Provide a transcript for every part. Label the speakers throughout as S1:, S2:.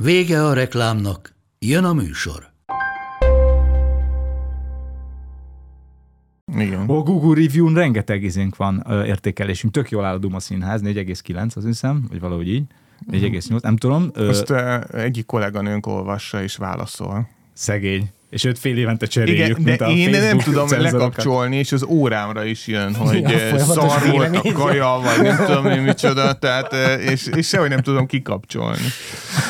S1: Vége a reklámnak, jön a műsor.
S2: Igen.
S3: A Google Review-n rengeteg izénk van, ö, értékelésünk. Tök jól áll a Duma Színház, 4,9 az hiszem, vagy valahogy így.
S2: Mhm.
S3: 4,8, nem tudom. Ö,
S2: Azt ö, egyik kolléganőnk olvassa és válaszol.
S3: Szegény. És őt fél évente cseréljük,
S2: Igen, de
S3: mint a
S2: én nem
S3: Facebook
S2: tudom
S3: cenzorokat.
S2: lekapcsolni, és az órámra is jön, hogy
S4: Igen,
S2: ö,
S4: folyamatos
S2: szar volt a
S4: vélemény.
S2: kaja, vagy nem tudom én micsoda, tehát, ö, és, és sehogy nem tudom kikapcsolni.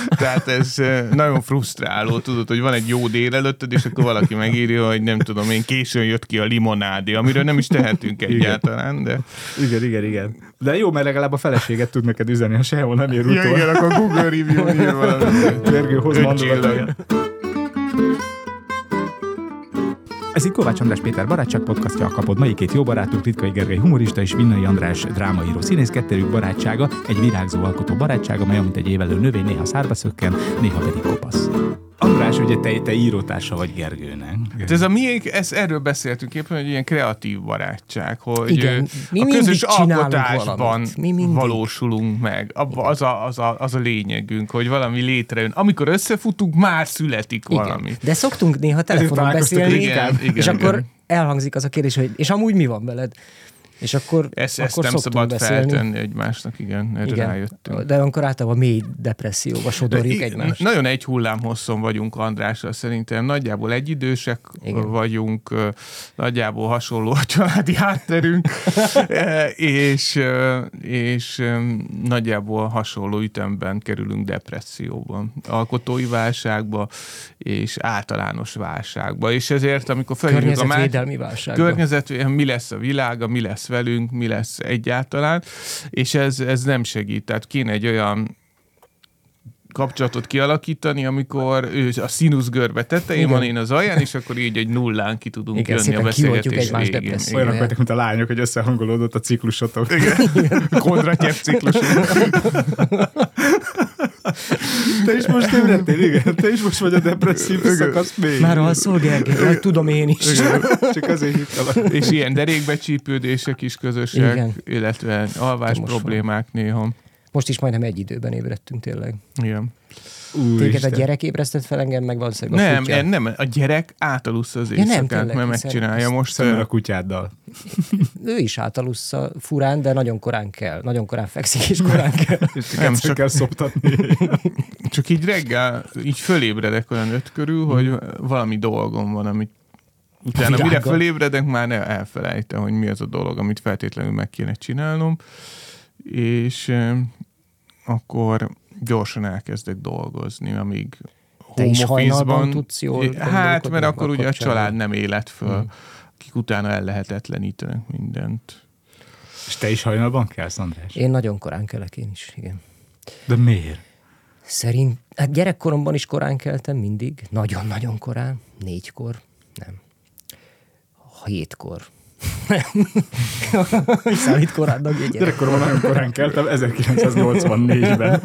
S2: Tehát ez ö, nagyon frusztráló, tudod, hogy van egy jó délelőtted, és akkor valaki megírja, hogy nem tudom én, későn jött ki a limonádé, amiről nem is tehetünk egyáltalán, de...
S3: Igen, igen, igen. De jó, mert legalább a feleséget tud neked üzenni, ha sehol nem ér utol.
S2: Ja, igen, akkor Google review ír valamit.
S3: Gergő, hozd
S2: Öt
S3: mandulatot.
S2: csillag.
S3: Ez itt Kovács András Péter barátság podcastja a kapod. Mai két jó barátunk, Titkai Gergely humorista és Vinnai András drámaíró színész kettőjük barátsága, egy virágzó alkotó barátsága, mely amint egy évelő növény néha szárba szökken, néha pedig kopasz. András, ugye te, te írótársa vagy Gergőnek.
S2: Hát ez a miénk, ez, erről beszéltünk éppen, hogy ilyen kreatív barátság, hogy
S4: Igen.
S2: ö,
S4: Mi
S2: a
S4: mindig
S2: közös
S4: csinálunk
S2: alkotásban
S4: valamit. Mi mindig.
S2: valósulunk meg. Abba az, a, az, a, az a lényegünk, hogy valami létrejön. Amikor összefutunk, már születik valami.
S4: De szoktunk néha telefonon
S3: találkoztunk
S4: beszélni,
S2: ritkán. Igen,
S4: és
S2: igen,
S4: akkor
S2: igen.
S4: elhangzik az a kérdés, hogy és amúgy mi van veled? És akkor,
S2: Ezt, ezt
S4: akkor
S2: nem
S4: szoktunk
S2: szabad
S4: beszélni.
S2: feltenni egymásnak, igen, erre igen. rájöttünk.
S4: De akkor általában mély depresszióba sodorjuk
S2: I-
S4: egymást.
S2: Nagyon egy hullám hosszon vagyunk Andrással szerintem. Nagyjából egyidősek
S4: Igen.
S2: Igen. vagyunk, ö, nagyjából hasonló a családi hátterünk, E, és, ö, és ö, nagyjából hasonló ütemben kerülünk depresszióba, alkotói válságba és általános válságba. És ezért, amikor felhívjuk a másik
S4: Környezetvédelmi válság.
S2: környezetvédelem, mi lesz a világa, mi lesz velünk, mi lesz egyáltalán, és ez, ez nem segít. Tehát kéne egy olyan kapcsolatot kialakítani, amikor ő a színuszgörbe tetején
S4: Igen.
S2: van, én az alján, és akkor így egy nullán ki tudunk
S4: Igen,
S2: jönni a
S4: szépen kioltjuk
S2: beszélgetés
S4: egymást
S2: végén.
S4: depressziót.
S3: Olyanok
S4: Igen.
S3: voltak, mint a lányok, hogy összehangolódott a ciklusotok.
S2: Kondratyev ciklus.
S3: Te is most ébredtél, igen. Te is most vagy a depresszív szakasz még.
S4: Már alszol, Gergő? Vagy tudom én is.
S3: Csak azért hívtalak.
S2: És ilyen derékbecsípődések is közösek,
S4: Igen.
S2: illetve alvás
S4: Most
S2: problémák néha.
S4: Most is majdnem egy időben ébredtünk tényleg.
S2: Igen.
S4: Téged a gyerek ébresztett fel engem, meg valószínűleg a
S2: Nem, eh,
S4: kutya.
S2: nem, a gyerek átalussza az
S4: nem,
S2: éjszakát,
S4: tényleg,
S2: mert
S4: hiszen
S2: megcsinálja
S4: ezt-
S2: most.
S3: Szemben a kutyáddal.
S4: Ő is átalussza furán, de nagyon korán kell. Nagyon korán fekszik, és korán kell.
S3: Nem,
S2: Nem,
S3: csak
S2: csak-
S3: kell szoptatni.
S2: Csak így reggel, így fölébredek olyan öt körül,
S4: Mm.
S2: hogy valami dolgom van, amit utána
S4: Világa.
S2: mire fölébredek, már ne elfelejtem, hogy mi az a dolog, amit feltétlenül meg kéne csinálnom, és eh, akkor gyorsan elkezdek dolgozni, amíg
S4: Te is
S2: home office-ban-
S4: hajnalban tudsz jól
S2: Hát,
S4: gondolkodni Mm.
S2: mert akkor ugye a
S4: kapcsán.
S2: család nem élet föl, akik utána ellehetetlenítenek mindent.
S3: És te is hajnalban kelsz, András?
S4: Én nagyon korán kelek, én is, igen.
S3: De miért?
S4: Szerint, hát gyerekkoromban is korán keltem mindig, nagyon-nagyon korán, négykor, nem. Hétkor. Nem. Számít koránnak egy gyerek.
S3: Gyerekkoromban nagyon korán keltem, 1984-ben.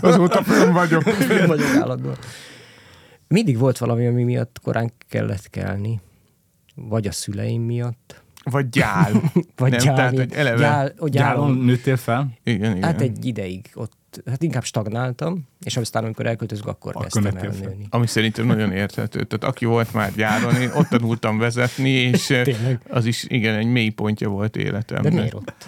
S2: Azóta fönn vagyok.
S4: Nem vagyok állatban. Mindig volt valami, ami miatt korán kellett kelni. Vagy a szüleim miatt,
S2: Vagy gyál.
S4: vagy
S2: Nem,
S4: gyál,
S2: tehát,
S4: miatt.
S2: hogy eleve.
S4: Gyál, ó,
S3: Gyáron
S4: gyálon.
S3: nőttél fel?
S2: Igen, igen.
S4: Hát egy ideig ott, hát inkább stagnáltam, és aztán amikor elköltözök, akkor,
S3: Akkor
S4: akkor kezdtem
S3: neked fel.
S4: elnőni.
S2: Ami szerintem nagyon érthető. Tehát aki volt már gyáron, én ott tanultam vezetni, és eh,
S4: Tényleg.
S2: az is igen, egy mély pontja volt
S4: De
S2: életemnek.
S4: miért ott?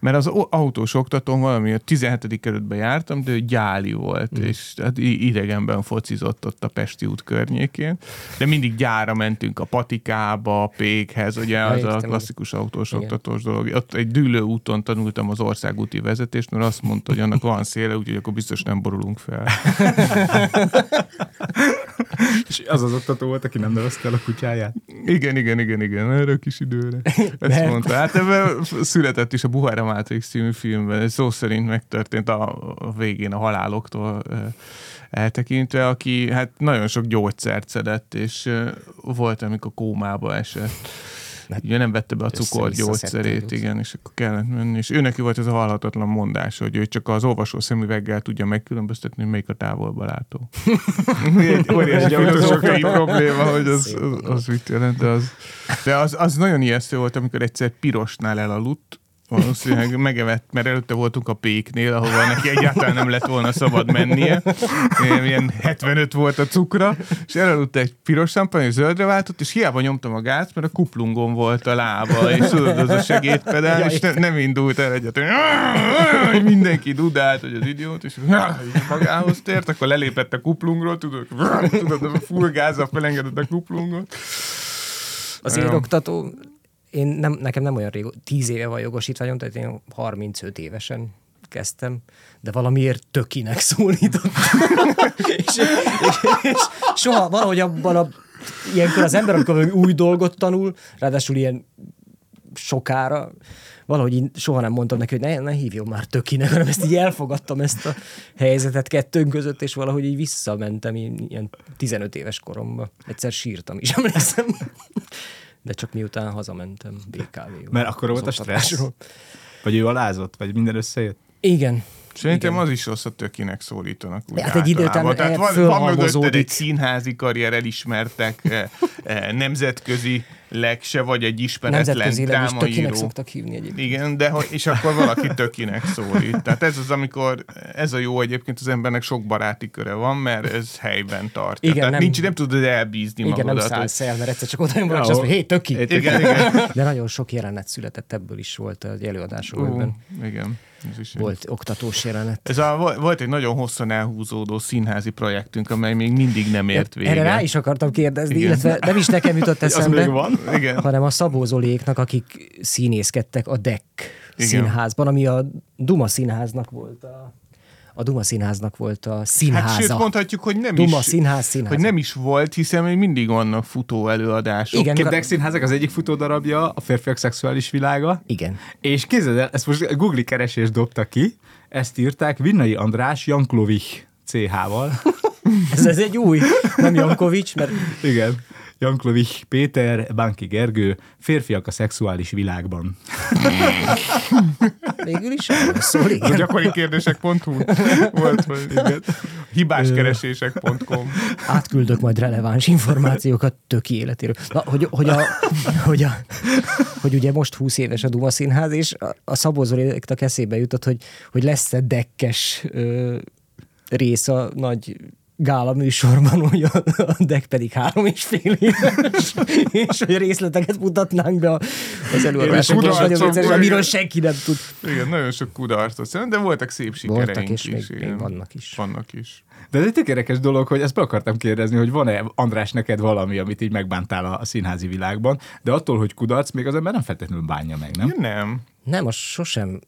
S2: Mert az o- autós oktatón valami, a 17. kerületben jártam, de ő gyáli
S4: Mhm.
S2: volt, mm. és hát i- idegenben focizott ott a Pesti út környékén. De mindig gyára mentünk a Patikába, a Pékhez, ugye
S4: Ja,
S2: az a
S4: értem,
S2: klasszikus autós
S4: igen.
S2: oktatós dolog. Ott egy dűlő úton tanultam az országúti vezetést, mert azt mondta, hogy annak van széle, úgyhogy akkor biztos nem borulunk fel.
S3: És az az oktató volt, aki nem nevezte el a kutyáját.
S2: Igen, igen, igen, igen, erre a kis időre. Ezt mondta. Hát ebben született is a Buhara Matrix című filmben, ez szó szerint megtörtént a, a végén a haláloktól ö, eltekintve, aki hát nagyon sok gyógyszert szedett, és ö, volt, amikor kómába esett. Hát, Ugye nem vette be a
S4: össze-vissza
S2: cukorgyógyszerét,
S4: szedték.
S2: igen, és akkor kellett menni. És őnek volt ez a halhatatlan mondás, hogy ő csak az olvasó szemüveggel tudja megkülönböztetni, hogy melyik a távolba látó. Egy óriási filozófiai probléma, hogy az, az, az mit jelent, de az... De az, az nagyon ijesztő volt, amikor egyszer pirosnál elaludt, valószínűleg megevett, mert előtte voltunk a péknél, ahova neki egyáltalán nem lett volna szabad mennie. Ilyen 75 volt a cukra, és elaludt egy piros szampany, zöldre váltott, és hiába nyomtam a gázt, mert a kuplungon volt a lába, és tudod, az a segédpedál, és ne, nem indult el egyet. Hogy mindenki dudált, hogy az idiót, és így magához tért, akkor lelépett a kuplungról, tudod, tudod, a full gázzal felengedett a kuplungot.
S4: Az
S2: Nagyon.
S4: érdoktató, én nem, nekem nem olyan rég, tíz éve van jogosítványom, tehát én 35 évesen kezdtem, de valamiért tökinek szólítottam. és, és, és, soha valahogy abban a, ilyenkor az ember, amikor valami új dolgot tanul, ráadásul ilyen sokára, valahogy én soha nem mondtam neki, hogy ne, ne hívjon már tökinek, hanem ezt így elfogadtam ezt a helyzetet kettőnk között, és valahogy így visszamentem ilyen ilyen 15 éves koromba. Egyszer sírtam is, emlékszem. De csak miután hazamentem BKV-ból.
S3: Mert akkor
S4: Az
S3: volt a stressz.
S4: oktatásról.
S3: Vagy ő alázott, vagy minden összejött.
S4: Igen.
S2: Szerintem igen. az is rossz, ha tökinek szólítanak. Úgy
S4: Hát egy idő után
S2: általában. Tehát van, van mögötted
S4: fölhalmozódik.
S2: egy színházi karrier elismertek, eh, eh, nemzetközi leg se vagy egy ismeretlen
S4: Nemzetközileg is tökinek
S2: drámaíró.
S4: szoktak hívni egyébként.
S2: Igen, de hogy- és akkor valaki tökinek szólít. Tehát ez az, amikor ez a jó egyébként az embernek sok baráti köre van, mert ez helyben tartja.
S4: Igen,
S2: Tehát
S4: nem-
S2: nincs, nem tudod elbízni
S4: Igen, nem
S2: magadat. hogy-
S4: szállsz el, mert egyszer csak oda jön valaki, és azt mondja, hé, töki.
S3: Hé,
S2: Igen, igen.
S4: De nagyon sok jelenet született, ebből is volt az előadásokban.
S2: Ú,
S4: Uh,
S2: igen. Ez is egy-
S4: volt oktatós jelenet.
S2: Ez a, vo- volt egy nagyon hosszan elhúzódó színházi projektünk, amely még mindig nem ért véget.
S4: Hát, Erre rá is akartam kérdezni,
S2: Igen.
S4: Igen. illetve nem is nekem jutott eszembe,
S3: még van?
S2: Igen.
S4: hanem a Szabó Zoléknak, akik színészkedtek a DEC
S2: Igen.
S4: Igen. színházban, ami a Duma színháznak volt a, a Duma színháznak volt a színháza.
S2: Hát sőt, mondhatjuk, hogy nem
S4: Duma
S2: is...
S4: színház, színház.
S2: Hogy nem is volt, hiszen még mindig vannak futó előadások.
S4: Igen.
S3: Két színházak az egyik futódarabja, a férfiak szexuális világa.
S4: Igen.
S3: És képzeld el, ezt most a Google keresés dobta ki, ezt írták Vinnai András Janklovich CH-val.
S4: Ez, ez egy új, nem Jankovics, mert
S3: Igen. Janklovich Péter, Bánki Gergő, férfiak a szexuális világban.
S4: végül is arról szól,
S2: A
S4: igen.
S2: gyakori kérdések.hu volt, vagy igen. Hibáskeresések.com
S4: Átküldök majd releváns információkat töki életéről. Na, hogy, hogy, a, hogy, a, hogy ugye most 20 éves a Duma Színház, és a, a Szabó Zoléknak eszébe jutott, hogy, hogy lesz-e dekkes ö, rész a nagy gála műsorban, hogy a, a deck pedig három és fél éves, és hogy a részleteket mutatnánk be a- az előadásokban, és nagyon
S2: kudarcokból,
S4: vicces,
S2: igen.
S4: amiről senki nem tud.
S2: Igen, nagyon sok kudarcot szerintem, de voltak szép sikereink
S4: Voltak, és
S2: is.
S4: még, még
S2: igen.
S4: vannak is.
S2: Vannak is.
S3: De ez egy tök érdekes dolog, hogy ezt be akartam kérdezni, hogy van-e András neked valami, amit így megbántál a a színházi világban, de attól, hogy kudarc, még az ember nem feltétlenül bánja meg, nem?
S4: Hát
S2: Ja, nem.
S4: Nem, az sosem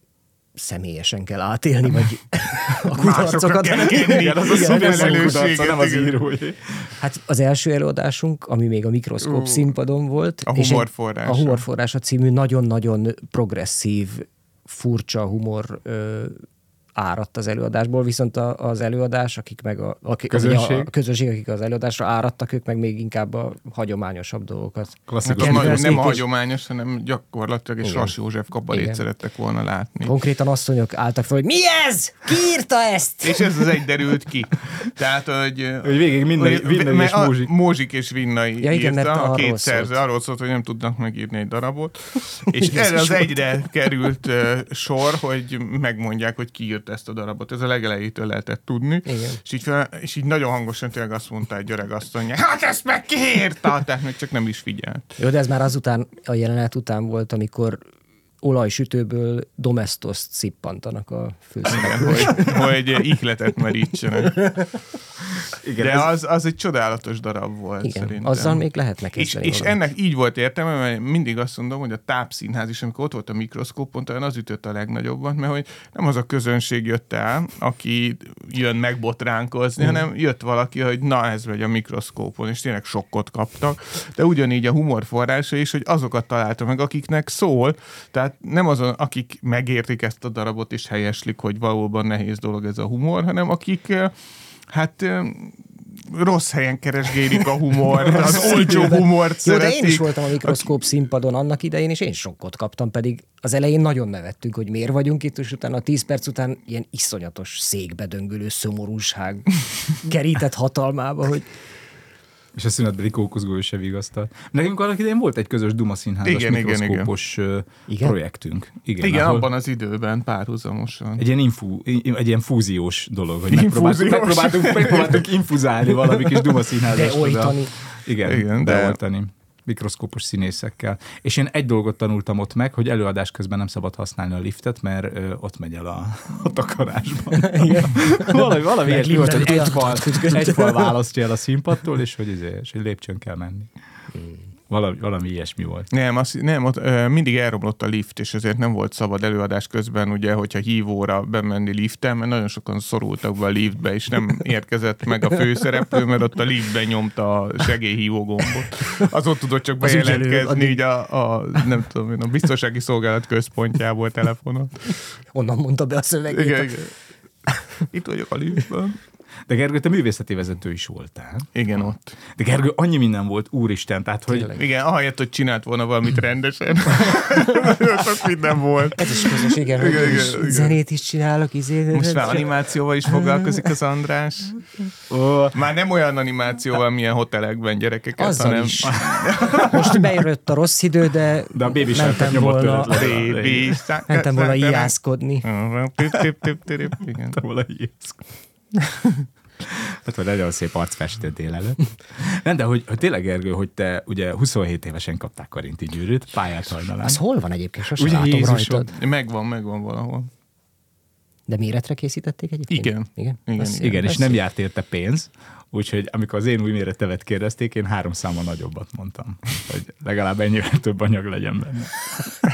S4: személyesen kell átélni, vagy a
S2: Másokra
S4: kudarcokat.
S2: kell kenni.
S4: Igen,
S2: az a
S4: igen,
S2: szobor
S4: igen.
S2: felelősséget,
S3: nem az
S2: igen.
S3: írói.
S4: Hát az első előadásunk, ami még a mikroszkóp
S2: Ú,
S4: uh, színpadon volt.
S2: a
S4: és egy-
S2: humorforrása.
S4: A humorforrása című nagyon-nagyon progresszív, furcsa humor ö, áradt az előadásból, viszont a, az előadás, akik meg a, a,
S3: Közönség?
S4: A, a közönség, akik az előadásra áradtak, ők meg még inkább a hagyományosabb dolgokat.
S3: Klasszikus.
S2: Hát az
S4: Igen,
S2: nagyon,
S4: ez
S2: nem
S4: így
S2: a
S4: is-
S2: hagyományos, hanem gyakorlatilag egy Sas József kabarét
S4: Igen.
S2: szerettek volna látni.
S4: Konkrétan asszonyok álltak fel, hogy mi ez? Ki írta ezt?
S2: És ez az egy derült ki. Tehát, hogy...
S3: Hogy végig minden-
S2: hogy-
S3: Vinnai
S2: mert
S3: és
S2: a-
S3: Mózsik.
S2: Mózsik és Vinnai
S4: Ja, igen, mert
S2: írta, a
S4: arról
S2: két
S4: szólt.
S2: szerző arról szólt, hogy nem tudnak megírni egy darabot. És erre az egyre került ö, sor, hogy megmondják, hogy ki írt ezt a darabot. Ez a legelejétől lehetett tudni.
S4: Igen.
S2: És így, fel- és így nagyon hangosan tényleg azt mondta egy öreg asszony, hát ezt meg ki írta? Tehát még csak nem is figyelt.
S4: Jó, de ez már azután, a jelenet után volt, amikor olajsütőből domestos szippantanak a főszereplők.
S2: Hogy, hogy ihletet merítsenek.
S3: Igen,
S2: De
S3: ez,
S2: az, az egy csodálatos darab volt
S4: Igen,
S2: szerintem.
S4: azzal még lehetne
S2: és,
S4: kezdeni
S2: és
S4: valamit.
S2: ennek így volt értelme, mert mindig azt mondom, hogy a tápszínház is, amikor ott volt a mikroszkóp, pont olyan az ütött a legnagyobban, mert hogy nem az a közönség jött el, aki jön megbotránkozni, mm. hanem jött valaki, hogy na ez vagy a mikroszkópon, és tényleg sokkot kaptak. De ugyanígy a humor forrása is, hogy azokat találta meg, akiknek szól, tehát nem azon, akik megértik ezt a darabot és helyeslik, hogy valóban nehéz dolog ez a humor, hanem akik eh, hát eh, rossz helyen keresgélik a humort, az olcsó humort
S4: Jó, de
S2: szeretik.
S4: én is voltam a mikroszkóp színpadon annak idején, és én sokkot kaptam, pedig az elején nagyon nevettünk, hogy miért vagyunk itt, és utána a tíz perc után ilyen iszonyatos székbe döngölő szomorúság kerített hatalmába, hogy
S3: és a szünetbeli kókozgó se vigasztal. Nekünk annak idején volt egy közös Duma színházas igen,
S2: Igen, igen, igen.
S3: mikroszkópos igen, igen.
S4: Igen?
S3: projektünk. Igen,
S2: Igen,
S3: ahol-
S2: abban az időben párhuzamosan.
S3: Egy ilyen, infú, egy ilyen fúziós dolog, hogy megpróbáltuk,
S2: Infúziós.
S3: megpróbáltuk, megpróbáltuk infuzálni valami kis Duma színházas.
S4: Beoltani.
S3: Igen, Igen
S2: Igen, de-
S3: beoltani mikroszkópos színészekkel. És én egy dolgot tanultam ott meg, hogy előadás közben nem szabad használni a liftet, mert ö, ott megy el a, a takarásban. valami valami ilyesmi volt, hogy egy fal, egy fal választja el a színpadtól, és hogy, izé, és hogy lépcsőn kell menni. Valami, valami ilyesmi volt.
S2: Nem, az, nem ott, ö, mindig elromlott a lift, és ezért nem volt szabad előadás közben, ugye, hogyha hívóra bemenni liften, mert nagyon sokan szorultak be a liftbe, és nem érkezett meg a főszereplő, mert ott a liftben nyomta a segélyhívó gombot. Az ott tudott csak
S4: Az ügyelő,
S2: bejelentkezni,
S4: addig-
S2: így a, a, nem tudom én, a biztonsági szolgálat központjából telefonon.
S4: onnan mondta be a szövegét.
S2: Igen, igen. Itt vagyok a liftben.
S3: De Gergő, te művészeti vezető is voltál.
S2: Igen, ott.
S3: De Gergő, annyi minden volt, úristen, tehát hogy
S4: Tényleg.
S2: Igen, ahelyett, hogy csinált volna valamit rendesen. Nagyon sok minden volt.
S4: Ez is közös, igen, hogy
S2: Igen,
S4: igen,
S2: igen, igen.
S4: zenét is csinálok, izé.
S2: Most már animációval is foglalkozik az András.
S3: ó,
S2: Már nem olyan animációval, milyen hotelekben gyerekeket,
S4: Azzal
S2: hanem
S4: is. Most bejött a rossz idő, de,
S3: De a Baby Sharkot
S4: mentem
S3: nyomott
S4: volna,
S3: tőled le.
S2: baby.
S4: mentem volna ijászkodni.
S2: Tip, tip, tip, tip, igen.
S3: Te valami ilyeszkod. Hát van egy nagyon szép arcfestő délelőtt. Nem, de hogy, hogy tényleg, Ergő, hogy te ugye 27 évesen kapták Karinti gyűrűt, pályát hajnalán.
S4: Az hol van egyébként? Sose
S3: Ugye
S4: Ugye látom
S3: Jézusom.
S4: rajtad.
S2: Megvan, megvan valahol.
S4: De méretre készítették egyébként?
S2: Igen.
S4: Igen,
S2: Igen,
S4: Azt-
S3: Igen, és
S4: azt-
S3: nem járt érte pénz, úgyhogy amikor az én új méretevet kérdezték, én három számmal nagyobbat mondtam, hogy legalább ennyivel több anyag legyen benne.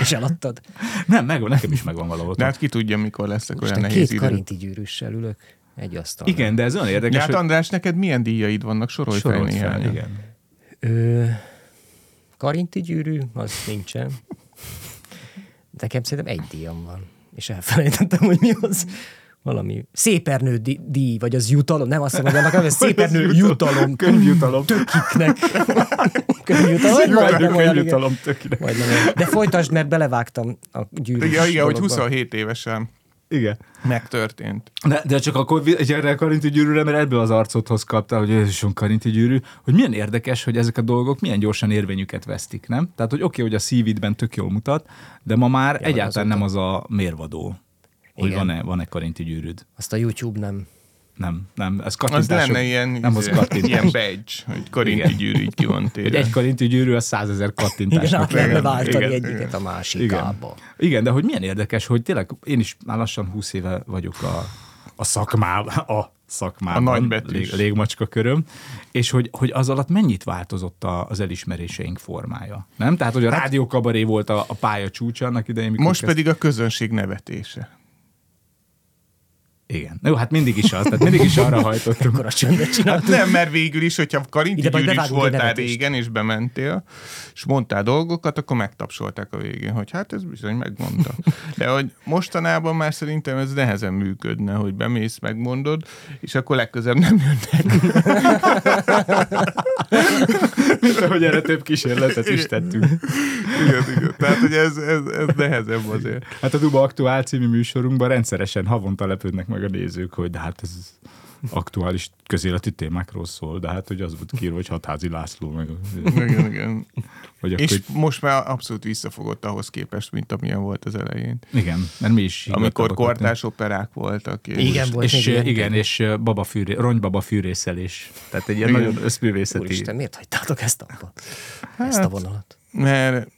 S4: És eladtad.
S3: Nem, megvan, nekem is megvan valahol.
S2: De hát ki tudja, mikor leszek olyan
S4: Isten,
S2: nehéz
S4: két
S2: idő.
S4: karinti gyűrűssel ülök egy asztalon.
S3: Igen, de ez olyan
S2: De
S3: érdekes,
S2: hát András, neked milyen díjaid vannak? Sorolj fel
S3: sorolt fel,
S2: néhányat.
S3: igen.
S4: Ö, karinti gyűrű, az nincsen. Nekem szerintem egy díjam van. És elfelejtettem, hogy mi az. Valami szépernő di- díj, vagy az jutalom. Nem azt mondom, annak ez szépernő jutalom.
S3: Könyvjutalom.
S4: Tökiknek. Könyvjutalom.
S3: Könyvjutalom,
S4: Majdnem olyan, igen.
S3: könyvjutalom, tök ide.
S4: Majdnem olyan. De folytasd, mert belevágtam a gyűrűs
S2: Igen, igen, hogy
S4: dologba.
S2: 27 évesen
S3: Igen.
S2: megtörtént.
S3: De, de csak akkor vi- gyere a karinti gyűrűre, mert ebből az arcodhoz kaptál, hogy Jézusom karinti gyűrű, hogy milyen érdekes, hogy ezek a dolgok milyen gyorsan érvényüket vesztik, nem? Tehát, hogy oké, okay, hogy a szívidben tök jól mutat, de ma már ja, egyáltalán nem az a mérvadó, hogy
S4: Igen.
S3: van-e, van-e karinti gyűrűd.
S4: Azt a YouTube nem.
S3: Nem, nem, ez
S2: Az
S3: kattintások.
S2: lenne ilyen,
S3: nem az
S2: izé, ilyen
S3: kattintás.
S2: badge, hogy karinti
S3: Igen.
S2: gyűrű így ki van
S3: Hogy
S2: téve.
S3: egy karinti gyűrű, az százezer
S4: Igen,
S3: kattintásnak
S4: át lehetne
S3: lenne.
S4: váltani
S2: igen,
S4: egyiket a másikába.
S3: Igen, de hogy milyen érdekes, hogy tényleg én is már lassan 20 éve vagyok a, a szakmában, a szakmában,
S2: A nagybetűs.
S3: lég, légmacska köröm, és hogy, hogy az alatt mennyit változott a, az elismeréseink formája, nem? Tehát, hogy a rádiókabaré volt a, a pálya csúcsa annak idején, mikor
S2: Hát- Most
S3: kezd-
S2: pedig a közönség nevetése.
S3: Igen. Jó, hát mindig is az, tehát mindig is arra hajtottunk.
S4: Akkor a csöndet csinál.
S2: Hát nem, mert végül is, hogyha Karinti
S4: Ide majd
S2: Gyűrű is
S4: bevágunk egy
S2: voltál
S4: nevetést.
S2: régen, és bementél, és mondtál dolgokat, akkor megtapsolták a végén, hogy hát ez bizony megmondta. De hogy mostanában már szerintem ez nehezen működne, hogy bemész, megmondod, és akkor legközebb nem jönnek.
S3: Mint hogy erre több kísérletet is tettünk.
S2: Igen, igen. Tehát, hogy ez, ez, ez nehezebb azért.
S3: Hát a Duba Aktuál című műsorunkban rendszeresen havonta lepődnek meg a nézők, hogy de hát ez aktuális közéleti témákról szól, de hát hogy az volt kírva, hogy Hatházi László meg...
S2: Igen, igen.
S3: Vagy akkor,
S2: És
S3: és...
S2: most már abszolút visszafogott ahhoz képest, mint amilyen volt az elején.
S3: Igen, mert mi is...
S2: Amikor
S3: higgadtabbak voltunk.
S2: kortás operák voltak. És
S4: Igen, volt
S3: és,
S4: még ilyen.
S3: igen, és ö, babafűré, ronybaba fűrészelés. Tehát egy ilyen
S2: Igen.
S3: nagyon összművészeti...
S2: Hát,
S4: Úristen, miért hagytátok ezt abba? Ezt a vonalat?
S2: Mert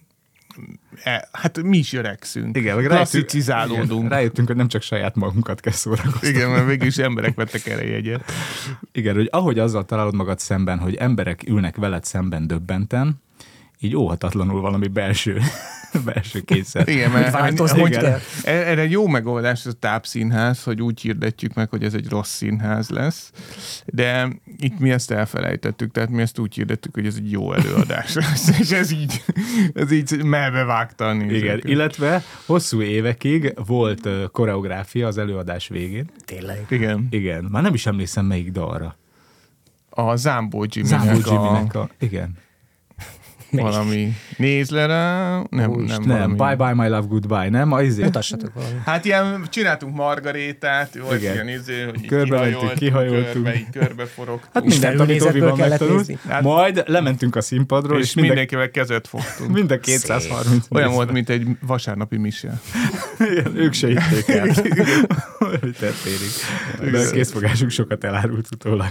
S2: e, hát mi is öregszünk.
S3: Igen, meg
S2: Klasszicizálódunk.
S3: igen, rájöttünk, hogy nem csak saját magunkat kell szórakoztatni.
S2: Igen, mert végül is emberek vettek erre jegyet.
S3: Igen, hogy ahogy azzal találod magad szemben, hogy emberek ülnek veled szemben döbbenten, így óhatatlanul valami belső, belső kényszer.
S2: Igen, mert
S4: Változni
S2: hogy-
S4: Hát,
S2: e,
S4: kell.
S2: erre jó megoldás az a tápszínház, hogy úgy hirdetjük meg, hogy ez egy rossz színház lesz, de itt mi ezt elfelejtettük, tehát mi ezt úgy hirdettük, hogy ez egy jó előadás lesz, és ez így, ez így melbevágta a
S3: Igen,
S2: nézőket.
S3: illetve hosszú évekig volt ö, koreográfia az előadás végén.
S4: Tényleg.
S2: Igen.
S3: Igen, már nem is emlékszem melyik dalra.
S2: A Zámbó Jimmy-nek,
S3: Zámbó
S2: a,
S3: Jimmy-nek a... Igen.
S2: valami nézd le rá, nem, nem, valami.
S3: Nem, Bye Bye My Love Goodbye, nem? A izé,
S4: Mutassatok valamit.
S2: Hát ilyen, csináltunk margarétát, volt
S3: Igen.
S2: Igen. ilyen izé, hogy így
S3: Körbe mentünk, kihajoltunk.
S2: körbe, így körbeforogtunk.
S3: hát
S4: Isten
S3: mindent, amit
S4: nézetből
S3: Oviban
S4: kellett
S3: megtanult.
S4: nézni.
S3: Hát, Majd lementünk a színpadról, és,
S2: és
S3: és mind,
S2: mindenkivel kezet fogtunk.
S3: a, mind a 230
S2: Olyan
S3: nézve.
S2: volt, mint egy vasárnapi mise.
S3: Igen, ők se hitték el. Hogy történik. De a készfogásuk sokat elárult utólag.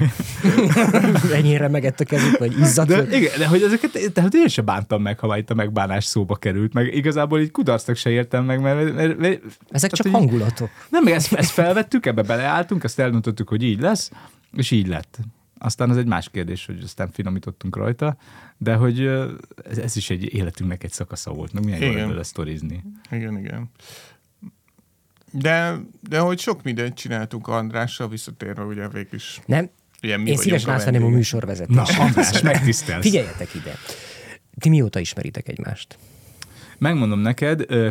S4: Ennyire megett a kezük, vagy izzadt.
S3: De,
S4: De...
S3: igen, de hogy ezeket, tehát én sem bántam meg, ha már itt a megbánás szóba került, meg igazából így kudarcnak se értem meg, mert, mert, mert
S4: Ezek
S3: tehát,
S2: hát,
S4: csak
S3: hogy-
S4: hangulatok.
S3: Nem, meg ezt, ezt felvettük, ebbe beleálltunk, ezt eldöntöttük, hogy így lesz, és így lett. Aztán az egy más kérdés, hogy aztán finomítottunk rajta, de hogy ö, ez, ez is egy életünknek egy szakasza volt, meg milyen jól
S2: Igen.
S3: ebből sztorizni.
S2: Igen, igen. De, de hogy sok mindent csináltunk Andrással, visszatérve ugye végig is.
S4: Nem?
S2: Ugye, mi
S4: Én
S2: vagyunk
S4: szívesen
S2: a
S4: átvenném a
S2: vendégek.
S4: műsorvezetést.
S3: Na, András, megtisztelsz.
S4: Figyeljetek ide. Ti mióta ismeritek egymást?
S3: Megmondom neked, ö,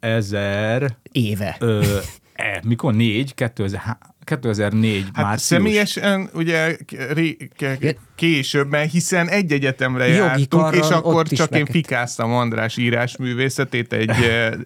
S3: 2000
S4: Éve.
S3: Ö, e, mikor? Négy? 2000, há- 2004
S2: Hát
S3: március.
S2: személyesen ugye k- ré-
S4: Ja.
S2: k- később, mert hiszen egy egyetemre
S4: Jogi
S2: jártunk,
S4: karral
S2: és akkor
S4: ott is
S2: csak én
S4: neked.
S2: fikáztam András írásművészetét egy e, e,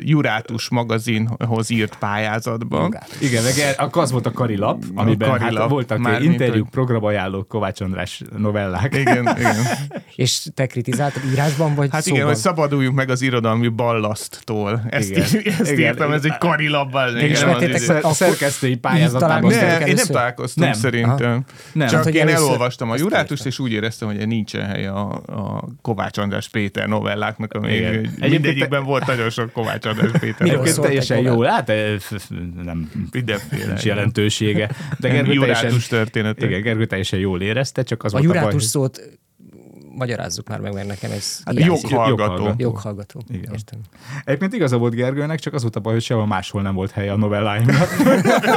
S2: Jurátus magazinhoz írt pályázatban.
S3: Igen, meg el- akkor az volt a karilap, amiben Hát
S2: karilap,
S3: voltak
S2: mármint,
S3: ilyen interjúk,
S2: hogy-
S3: programajánlók, Kovács András novellák.
S2: Igen, igen.
S3: Hát
S4: És te kritizáltad írásban, vagy
S2: Hát
S4: szóban?
S2: igen, hogy szabaduljunk meg az irodalmi ballaszttól. Ezt,
S3: szóval- Igen.
S2: í- ezt
S3: Igen.
S2: írtam, ez egy karilabbal.
S4: és
S2: Igen, az
S4: vettétek
S2: izé.
S4: fel-
S3: A szerkesztői pályázatában.
S4: Így talán-
S2: Ne, én nem
S4: először?
S2: találkoztunk nem.
S3: Nem.
S2: szerintem.
S4: Aha.
S3: Nem.
S2: Nem.
S3: Tehát,
S2: Csak
S4: Hát, hogy
S2: én
S4: először-
S2: elolvastam a
S4: ezt
S2: Jurátust,
S4: értem.
S2: és úgy éreztem, hogy nincsen helye a, a Kovács András Péter novelláknak, amely
S3: Igen. Egyébként-
S2: mindegyikben volt nagyon sok Kovács András Péter.
S4: Miről
S3: Egyébként
S4: szóltak
S3: teljesen
S4: volna?
S3: jó, hát eh, f- f- nem
S2: Mindenféle.
S3: nincs jelentősége. De
S2: Nem
S3: Gergő
S2: jurátus
S3: teljesen,
S2: történetek.
S3: igen, Gergő teljesen jól érezte, csak az
S4: A
S3: volt a baj.
S4: jurátus
S3: hogy-
S4: szót magyarázzuk már meg, mert nekem ez
S3: Hát
S4: hiányzik.
S3: jog- joghallgató.
S2: Joghallgató.
S4: joghallgató.
S3: Igen.
S4: Értem.
S3: Egyébként igaza volt Gergőnek, csak az volt a baj, hogy sehol máshol nem volt helye a novelláimnak.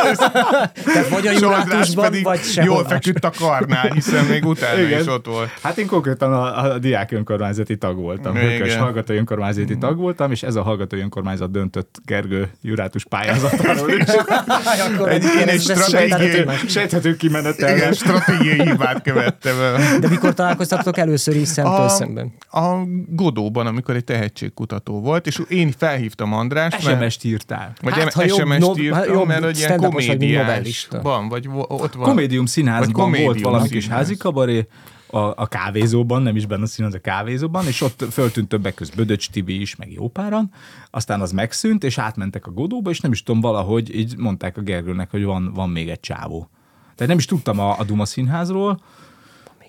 S4: Tehát vagy a
S2: Sodrás
S4: jurátusban,
S2: pedig
S4: vagy sehol
S2: jól
S4: más.
S2: feküdt a karnál, hiszen még utána
S3: Igen.
S2: is ott volt.
S3: Hát én konkrétan a, a diák önkormányzati tag voltam,
S2: Igen. Mhm.
S3: hőkös hallgató önkormányzati tag voltam, és ez a hallgató önkormányzat döntött Gergő jurátus pályázatáról. És
S4: Aj, akkor
S2: Egy
S4: én
S2: ilyen
S4: ezt- ezt
S2: stratégiai-
S4: sejtettem én már.
S3: Sejthető
S2: Igen,
S3: kimenetel.
S2: stratégiai hibát követtem el.
S4: De mikor találkoztatok először is szemtől szemben?
S2: a Godóban, amikor egy tehetségkutató volt, és én felhívtam Andrást, mert
S3: SMS-t írtál.
S2: Vagy
S4: Hát,
S2: hát,
S4: ha jobb
S2: SMS-t
S4: nov- ha
S2: írtam,
S4: jobb
S2: mert hogy ilyen
S4: stand-upos vagy, mint
S2: komédiás
S4: novellista.
S2: van, vagy vo- ott van.
S3: Komédium színházban
S2: Vagy komédium
S3: volt valami kis
S2: színház.
S3: házi kabaré, a, a kávézóban, nem is benne a színház, a kávézóban, és ott föltűnt többek között Bödöcs Tibi is, meg jó páran, aztán az megszűnt, és átmentek a Godóba, és nem is tudom, valahogy így mondták a Gergőnek, hogy van, van még egy csávó. Tehát nem is tudtam a, a Duma színházról,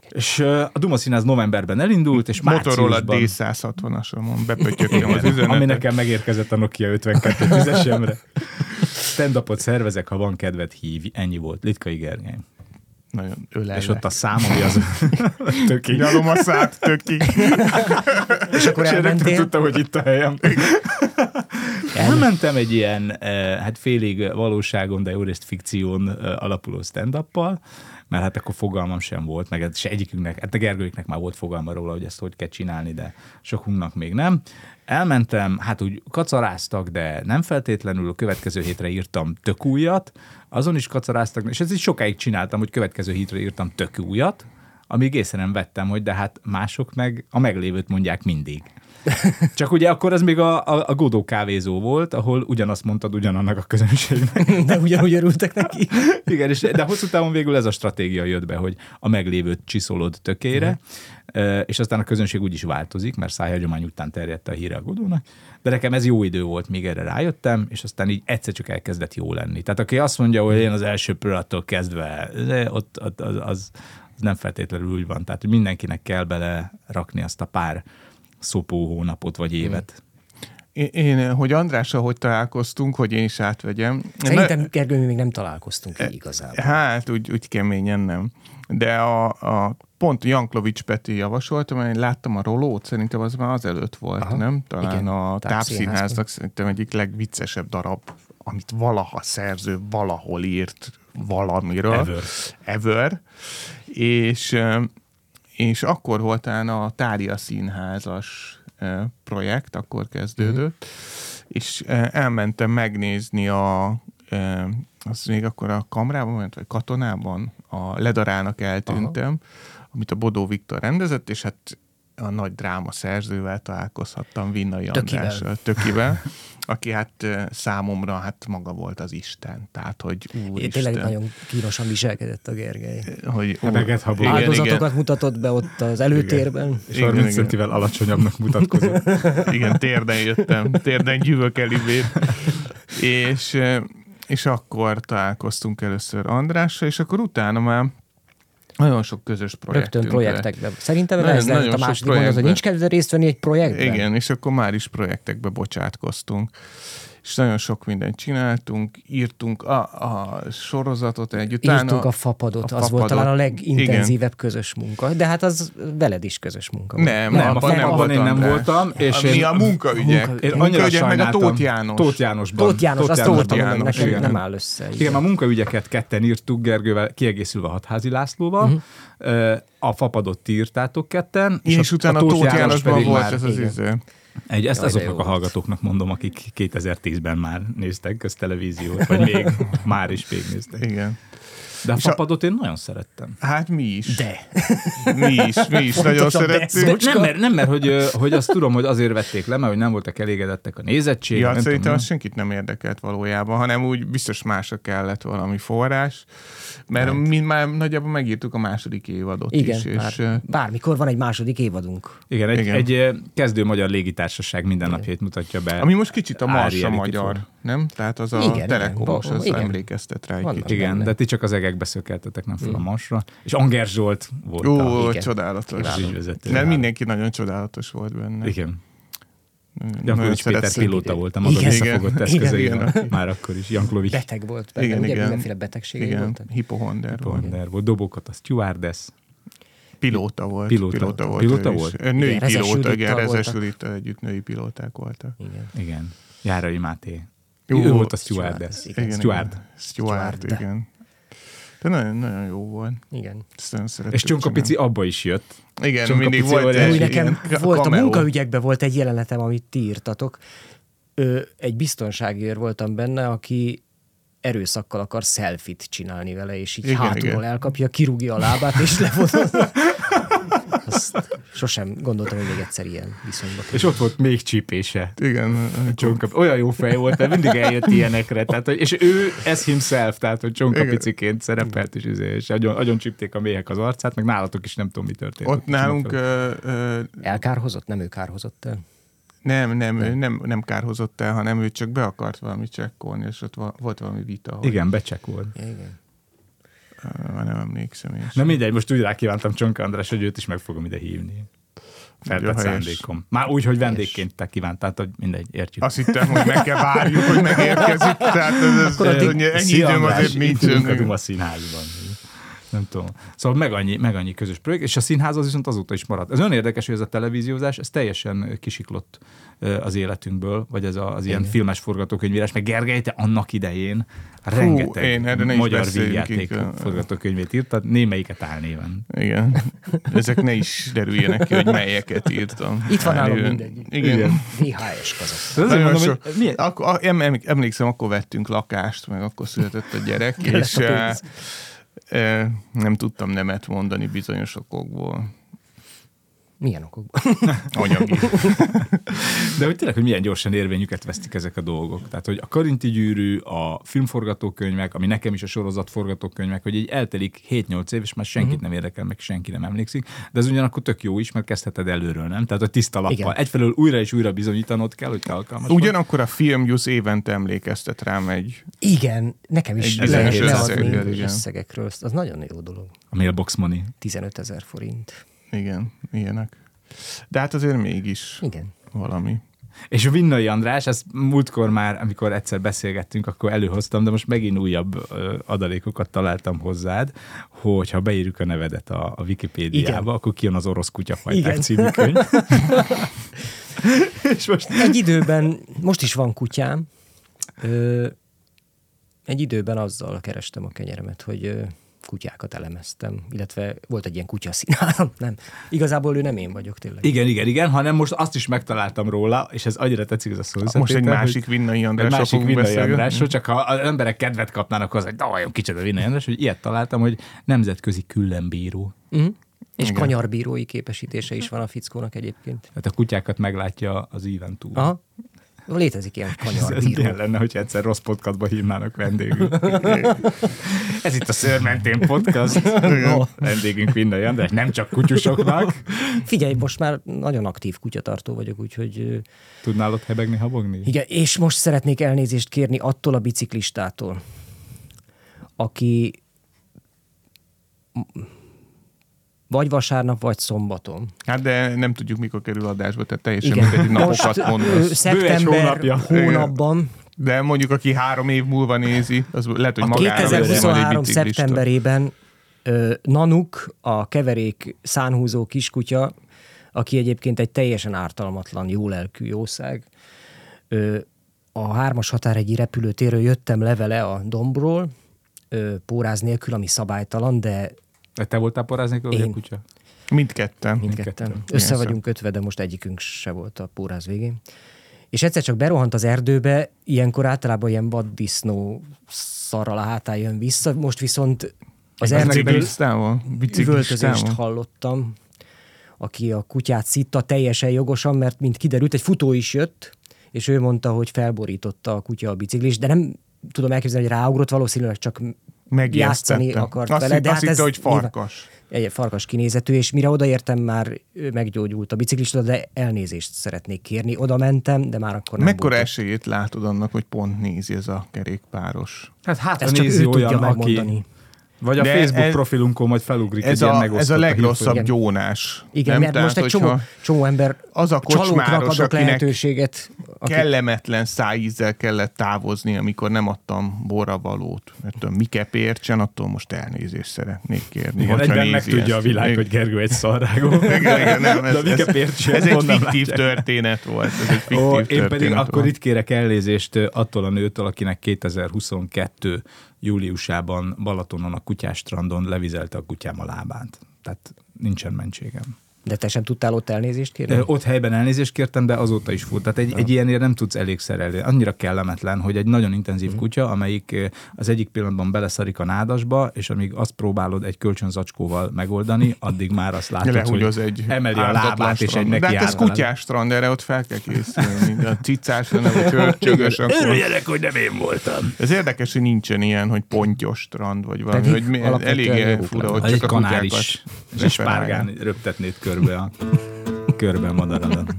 S3: és ö, a Duma színház novemberben elindult, és
S2: Motorola
S3: márciusban,
S2: D160-asomon bepötyögtem az üzenetet.
S3: ami nekem megérkezett a Nokia 5210-esemre. Stand-upot szervezek, ha van kedved, hívj. Ennyi volt. Litkai Gergely.
S2: Nagyon ölellek.
S3: És ott a szám, ami az tökény.
S2: Nyalom a szát tökig.
S4: És akkor
S3: És én rögtön
S4: elmentél?
S3: tudtam, hogy itt a helyem. Elmentem egy ilyen, eh, hát félig valóságon, de jó részt fikción eh, alapuló stand mert hát akkor fogalmam sem volt, meg hát se egyikünknek, hát a Gergőiknek már volt fogalma róla, hogy ezt hogy kell csinálni, de sokunknak még nem. Elmentem, hát úgy kacaráztak, de nem feltétlenül, a következő hétre írtam tök újat, azon is kacaráztak, és ezt így sokáig csináltam, hogy következő hétre írtam tök újat, amíg észre nem vettem, hogy de hát mások meg a meglévőt mondják mindig. Csak ugye akkor ez még a, a, a Godó kávézó volt, ahol ugyanazt mondtad ugyanannak a közönségnek.
S4: De ugyanúgy örültek neki.
S3: Igen, és, de hosszú távon végül ez a stratégia jött be, hogy a meglévőt csiszolod tökére, mm. és aztán a közönség úgy is változik, mert szájhagyomány után terjedt a híre a Godónak. De nekem ez jó idő volt, míg erre rájöttem, és aztán így egyszer csak elkezdett jó lenni. Tehát aki azt mondja, hogy én az első pillanattól kezdve, de ott, ott az, az, az nem feltétlenül úgy van. Tehát mindenkinek kell bele rakni azt a pár szopó hónapot vagy évet.
S2: Én, én, hogy Andrással hogy találkoztunk, hogy én is átvegyem.
S4: Szerintem, Gergő, mi még nem találkoztunk
S2: E-
S4: így igazából.
S2: Hát, úgy, úgy keményen nem. De a, a pont Janklovics Peti javasolta, mert én láttam a rolót, szerintem az már azelőtt volt, Aha, nem? Talán
S4: igen,
S2: igen, a
S4: Tápszínházban.
S2: tápszínháznak szerintem egyik legviccesebb darab, amit valaha szerző valahol írt valamiről.
S3: Ever.
S2: Ever. És, ö, és akkor volt talán a Tália színházas ö, projekt, akkor kezdődött, és ö, elmentem megnézni a ö, az még akkor a kamrában ment, vagy katonában, a ledarának eltűntem, Aha. amit a Bodó Viktor rendezett, és hát a nagy dráma szerzővel találkozhattam, Vinnai
S4: Tökivel.
S2: Andrással, Tökivel, aki hát ö, számomra hát maga volt az Isten, tehát hogy
S4: Én
S2: úristen.
S4: tényleg nagyon kínosan viselkedett a Gergely.
S2: hogy ú,
S3: Reget habó.
S2: igen,
S4: Áldozatokat mutatott be ott az előtérben.
S3: És
S2: Igen,
S3: 30
S2: igen.
S3: centivel alacsonyabbnak mutatkozott.
S2: Igen, igen, térden jöttem, térden gyűvök elibét. És, ö, és akkor találkoztunk először Andrással, és akkor utána már nagyon sok közös projektünk
S4: Rögtön
S2: lett.
S4: projektekbe. Szerintem
S2: Nagyon-
S4: ez lehet
S2: nagyon
S4: a
S2: sok
S4: második mondat, hogy
S2: projektbe.
S4: nincs kedved részt venni egy projektben.
S2: Igen, és akkor már is projektekbe bocsátkoztunk. És nagyon sok mindent csináltunk, írtunk a, a sorozatot együtt.
S4: Írtuk a fapadot,
S2: a
S4: az volt
S2: fapadot.
S4: talán a legintenzívebb közös munka, de hát az veled is közös munka. volt.
S2: Nem, nem, abban
S3: abban-
S2: nem,
S3: abban
S2: volt
S3: én nem
S2: András.
S3: voltam, és
S2: Mi
S3: én-
S2: a munkaügyek.
S4: Munka-
S3: Én
S2: Én
S3: annyira
S2: munkaügyek meg a
S3: sajnáltam.
S2: Tóth János.
S3: Tóth Jánosban.
S4: Tóth János, azt
S3: Jánosban.
S4: mondtam, hogy
S2: János,
S4: nekem
S2: igen.
S4: nem áll össze.
S3: Igen, a munkaügyeket ketten írtuk Gergővel, kiegészülve a Hatházi Lászlóval, uh-huh. a Fapadot ti írtátok ketten,
S2: És, és utána a Tóth,
S3: János
S2: Jánosban
S3: pedig
S2: volt
S3: már-
S2: ez az
S4: igen.
S2: iző.
S3: Egy, ezt
S4: Jaj, de
S3: azoknak
S4: jó
S3: a hallgatóknak mondom, akik 2010-ben már néztek köztelevíziót, vagy még már is végignéztek.
S2: Igen.
S3: De a
S2: a-
S3: Fapadot én nagyon szerettem.
S2: Hát mi is.
S4: De.
S2: Mi is, mi is nagyon
S4: Fontos a
S2: szerettünk.
S4: de.
S3: De Szóval nem, mert, nem mert hogy, ö, hogy azt tudom, hogy azért vették le, mert hogy nem voltak elégedettek a nézettséggel.
S2: Ja,
S3: nem
S2: szerintem
S3: tudom,
S2: az senkit nem érdekelt valójában, hanem úgy biztos másra kellett valami forrás, mert mi már nagyjából megírtuk a második évadot
S4: Igen,
S2: is,
S4: már
S2: és ö,
S4: bármikor van egy második évadunk.
S3: Igen, egy,
S2: Igen.
S3: egy ö, kezdő magyar légitársaság mindennapjait mutatja be.
S2: ami most kicsit a Marsa
S3: Árieli
S2: magyar,
S3: kifog.
S2: nem? Tehát az
S4: Igen,
S2: a
S4: igen,
S2: telekomos,
S4: ba-
S2: az
S4: igen.
S2: emlékeztet rá egy
S4: Vannak.
S2: kicsit.
S3: Igen,
S4: benne.
S3: de ti csak az egekbe szökeltetek, nem fel a masra. És Anger Zsolt volt a,
S2: Mm. Ó,
S4: Igen.
S2: csodálatos.
S3: az ügyvezető.
S2: Nem, mindenki nagyon csodálatos volt benne.
S3: Igen.
S2: Nagyon
S3: Janklovics Péter
S2: szerettem.
S3: pilóta voltam, az a
S4: Igen.
S3: visszafogott
S2: Igen.
S3: eszközeivel.
S2: Igen, igen.
S3: Már akkor is Janklovics
S4: Beteg volt benne,
S2: Igen,
S4: ugye
S2: igen.
S4: mindenféle betegségei
S2: Igen,
S4: voltak.
S2: hipohonder volt.
S3: Ponder volt, dobókat a stewardess.
S2: Pilóta volt.
S3: Pilóta.
S2: pilóta volt.
S3: Pilóta
S2: ő is.
S3: volt?
S2: Ö, Női
S4: Igen, rezes
S2: pilóta,
S4: Judittal
S2: igen,
S4: voltak.
S2: rezes Judittal együtt női pilóták voltak.
S4: Igen.
S3: Igen. Járai Máté.
S2: Jó,
S3: ő volt a
S4: stewardess,
S3: stewardess.
S4: igen.
S3: Steward.
S2: Stuart,
S4: Steward.
S2: igen. De nagyon, nagyon jó volt.
S4: Igen.
S2: Ezt nagyon szerettük
S3: És Csonka
S2: csinálni.
S3: Pici abba is jött.
S2: Igen,
S3: Csonka
S2: mindig
S3: Pici
S2: volt
S3: óriási.
S2: egy
S4: Úgy
S3: Úgy
S2: ilyen
S4: nekem
S2: ka-
S4: volt a
S2: cameo.
S4: munkaügyekben volt egy jelenetem, amit ti írtatok. Ö, egy biztonsági őr voltam benne, aki erőszakkal akar selfit csinálni vele, és így
S2: Igen,
S4: igen, hátulról
S2: igen.
S4: igen. elkapja, kirúgja a lábát, és lefotózza. Azt sosem gondoltam, hogy még egyszer ilyen viszonyba
S3: És ott volt még csípése.
S2: Igen,
S3: Csonka, olyan jó fej volt, de mindig eljött ilyenekre. Tehát, hogy, és ő ez himself, tehát hogy Csonka
S2: Igen.
S3: piciként szerepelt, és, izé, és agyon, agyon csípték a méhek az arcát, meg nálatok is nem tudom, mi történt.
S2: ott nálunk ö, ö,
S4: Elkárhozott? Nem ő kárhozott el.
S2: nem, nem, ő nem, nem kárhozott el, hanem ő csak be akart valamit csekkolni, és ott va- volt valami vita, hogy
S3: Igen, becsek volt.
S4: Igen.
S2: Ö, már nem emlékszem én
S3: Na
S2: sem.
S3: mindegy, most úgy rákívántam Csonka András, hogy őt is meg fogom ide hívni. Feltett
S2: Jó, helyes.
S3: szándékom. Már úgy, hogy vendégként te kívánt, tehát hogy mindegy, értjük.
S2: Azt hittem, hogy meg kell várjuk, hogy megérkezik, tehát ez, ez,
S4: Akkor
S2: ez,
S4: addig-
S2: ennyi időm azért
S3: nincs. a
S2: nincs.
S3: Duma színházban. Nem tudom. Szóval meg annyi, meg annyi közös projekt, és a színház az viszont azóta is maradt. Ez olyan érdekes, hogy ez a televíziózás, ez teljesen kisiklott ö, az életünkből, vagy ez a, az ilyen filmes forgatókönyvírás, meg Gergely, te annak idején rengeteg
S2: én erre ne is
S3: magyar
S2: beszéljünk,
S3: vígjáték
S2: igen.
S3: forgatókönyvét írtad, némelyiket álnéven.
S2: Igen. Ezek ne is derüljenek ki, hogy melyeket írtam.
S4: Itt van
S2: Már
S4: nálam
S2: jön.
S4: mindegyik.
S2: Hát, Igen.
S4: VHS kazett.
S3: Azért
S2: Nagyon
S3: mondom,
S2: sok.
S3: hogy milyen,
S2: Akkor, a- em- em- emlékszem, akkor vettünk lakást, meg akkor született a gyerek,
S4: Kellett
S2: és
S4: a
S2: e,
S4: pénz.
S2: e, nem tudtam nemet mondani bizonyos okokból.
S4: Milyen okokban?
S2: Anyagi.
S3: De hogy tényleg, hogy milyen gyorsan érvényüket vesztik ezek a dolgok. Tehát, hogy a Karinti gyűrű, a filmforgatókönyvek, ami nekem is a sorozat forgatókönyvek, hogy így eltelik 7-8 év, és már senkit
S4: Mhm.
S3: nem érdekel, meg senki nem emlékszik, de ez ugyanakkor tök jó is, mert kezdheted előről, nem? Tehát a tiszta lappal. Igen.
S4: Igen.
S3: Egyfelől újra és újra bizonyítanod kell, hogy te alkalmas vagy.
S2: Ugyanakkor a film Jusz évente emlékeztet rám egy...
S4: Igen, nekem is
S2: Egy
S4: lehet
S3: bizonyos
S4: leadni
S2: összeggel, igen.
S4: összegekről. Az nagyon jó dolog.
S3: A mailbox money.
S4: 15 ezer forint.
S2: Igen, ilyenek. De hát azért mégis
S4: Igen.
S2: valami.
S3: És a Vinnai András, ezt múltkor már, amikor egyszer beszélgettünk, akkor előhoztam, de most megint újabb ö, adalékokat találtam hozzád, hogyha beírjuk a nevedet a, a Wikipédiába,
S4: Igen.
S3: akkor kijön az orosz kutyafajták
S4: Igen.
S3: című könyv. És most
S4: Egy időben, most is van kutyám, ö, egy időben azzal kerestem a kenyeremet, hogy ö, kutyákat elemeztem, illetve volt egy ilyen kutyaszínálam, nem. Igazából ő nem én vagyok tényleg.
S3: igen, igen, igen, hanem most azt is megtaláltam róla, és ez annyira tetszik ez a szó.
S2: Most egy másik Vinnai
S3: Egy
S2: Andrásról
S3: másik
S2: fogunk
S3: Vinnai
S2: beszélgetni.
S3: Andrásról, csak ha az emberek kedvet kapnának az, hogy na, olyan kicsit a Vinnai András, hogy ilyet találtam, hogy nemzetközi küllenbíró.
S4: Mm. És Igen. kanyarbírói képesítése is van a fickónak egyébként.
S3: Tehát Hát a kutyákat meglátja az íven túl.
S2: Ah.
S4: Aha. Létezik ilyen
S3: Ez milyen
S4: kanyarbíró.
S3: lenne, hogy egyszer rossz podcastba hívnának vendégünk. Ez itt a Szörmentén podcast. Vendégünk Vinnai András, nem csak kutyusoknak.
S4: Figyelj, most már nagyon aktív kutyatartó vagyok, úgyhogy ö,
S3: Tudnál ott hebegni, habogni?
S4: Igen, és most szeretnék elnézést kérni attól a biciklistától, aki vagy vasárnap, vagy szombaton.
S2: Hát de nem tudjuk, mikor kerül adásba, tehát teljesen
S4: Igen.
S2: mindegy napokat
S4: ö,
S2: mondasz.
S3: Bőves
S4: szeptember
S3: hónapja.
S4: hónapban,
S2: De mondjuk, aki három év múlva nézi, az lehet, hogy magára vesz majd egy
S4: 2023.
S2: biciklista.
S4: szeptemberében ö, Nanuk, a keverék szánhúzó kiskutya, aki egyébként egy teljesen ártalmatlan, jó lelkű jószág, ö, a hármas határhegyi repülőtéről jöttem levele a dombról, ö, póráz nélkül, ami szabálytalan, de
S3: De Te voltál porázni, vagy a
S4: Én.
S3: kutya?
S2: Mindketten.
S4: Mindketten. Össze
S2: Persze.
S4: vagyunk kötve, de most egyikünk se volt a póráz végén. És egyszer csak berohant az erdőbe, ilyenkor általában ilyen vaddisznó szarral a hátán jön vissza, most viszont az erdőből
S2: Biciklistával?
S4: üvöltözést
S2: Biciklistával?
S4: hallottam, aki a kutyát szitta teljesen jogosan, mert mint kiderült, egy futó is jött, és ő mondta, hogy felborította a kutya a biciklist, de nem tudom elképzelni, hogy ráugrott, valószínűleg csak játszani
S2: Megijesztette.
S4: akart
S2: azt
S4: vele.
S2: hitt-
S4: de
S2: azt
S4: hát
S2: hitte,
S4: ez
S2: hogy farkas.
S4: egy farkas kinézetű, és mire odaértem, már ő meggyógyult a biciklista, de elnézést szeretnék kérni. Oda mentem, de már akkor nem
S2: Mekkora
S4: volt.
S2: esélyét látod annak, hogy pont nézi ez a kerékpáros?
S3: Hát hát
S4: Ezt csak ő tudja megmondani.
S3: Vagy a
S2: De
S3: Facebook
S2: ez-
S3: profilunkon majd felugrik egy
S2: Ez
S3: ilyen
S2: a,
S3: megosztott
S2: ez a legrosszabb
S4: hírfolyam.
S2: gyónás.
S4: Igen, nem, mert
S2: Tehát,
S4: most egy
S2: hogyha
S4: csomó, csomó ember
S2: az a
S4: csalóknak
S2: kocsmáros,
S4: adok
S2: akinek
S4: lehetőséget. Aki,
S2: Kellemetlen szájízzel kellett távozni, amikor nem adtam borravalót. Mert tudom, mi kepértsen, attól most elnézést szeretnék kérni.
S3: Igen,
S2: hogyha
S3: egyben
S2: nézi
S3: megtudja a
S2: ezt.
S3: világ,
S2: Igen.
S3: hogy Gergő egy szarrágó.
S2: Igen, igen, nem, ez,
S3: De
S2: ez,
S3: Mika Pércsi,
S2: ez egy
S3: honnan
S2: fiktív
S3: látják?
S2: történet volt. Ez egy fiktív
S3: Ó, én
S2: történet
S3: pedig
S2: volt.
S3: akkor itt kérek elnézést ö, attól a nőtől, akinek 2022 júliusában Balatonon a kutyástrandon levizelte a kutyám a lábát. Tehát nincsen mentségem.
S4: de te sem tudtál ott elnézést kérni?
S3: Ö, Ott helyben elnézést kértem, de azóta is fut. Tehát egy, egy ilyenért nem tudsz elégszer elérni. Annyira kellemetlen, hogy egy nagyon intenzív
S2: Mhm.
S3: kutya, amelyik ö, az egyik pillanatban beleszarik a nádasba, és amíg azt próbálod egy kölcsönzacskóval megoldani, addig már azt látod,
S2: Lehúgyoz
S3: hogy
S2: egy
S3: emeli a lábát,
S2: ártatlan
S3: és egy
S2: strand.
S3: neki
S2: De hát ez kutyás strand, erre ott fel kell készülni. De A cicás, hanem a csörcsögös, akkor...
S3: Örüljenek, hogy nem én voltam.
S2: Ez érdekes, hogy nincsen ilyen, hogy pontyos strand, vagy valami,
S4: Pedig
S2: hogy mi,
S4: alapvetően
S2: elég
S4: joguk
S2: fura,
S4: lenne.
S2: hogy
S3: Az
S2: csak
S3: egy
S2: a
S3: kanál
S2: kutyákat
S3: is. És egy
S2: referálják.
S3: spárgán röptetnéd körbe a körbe a madaradat.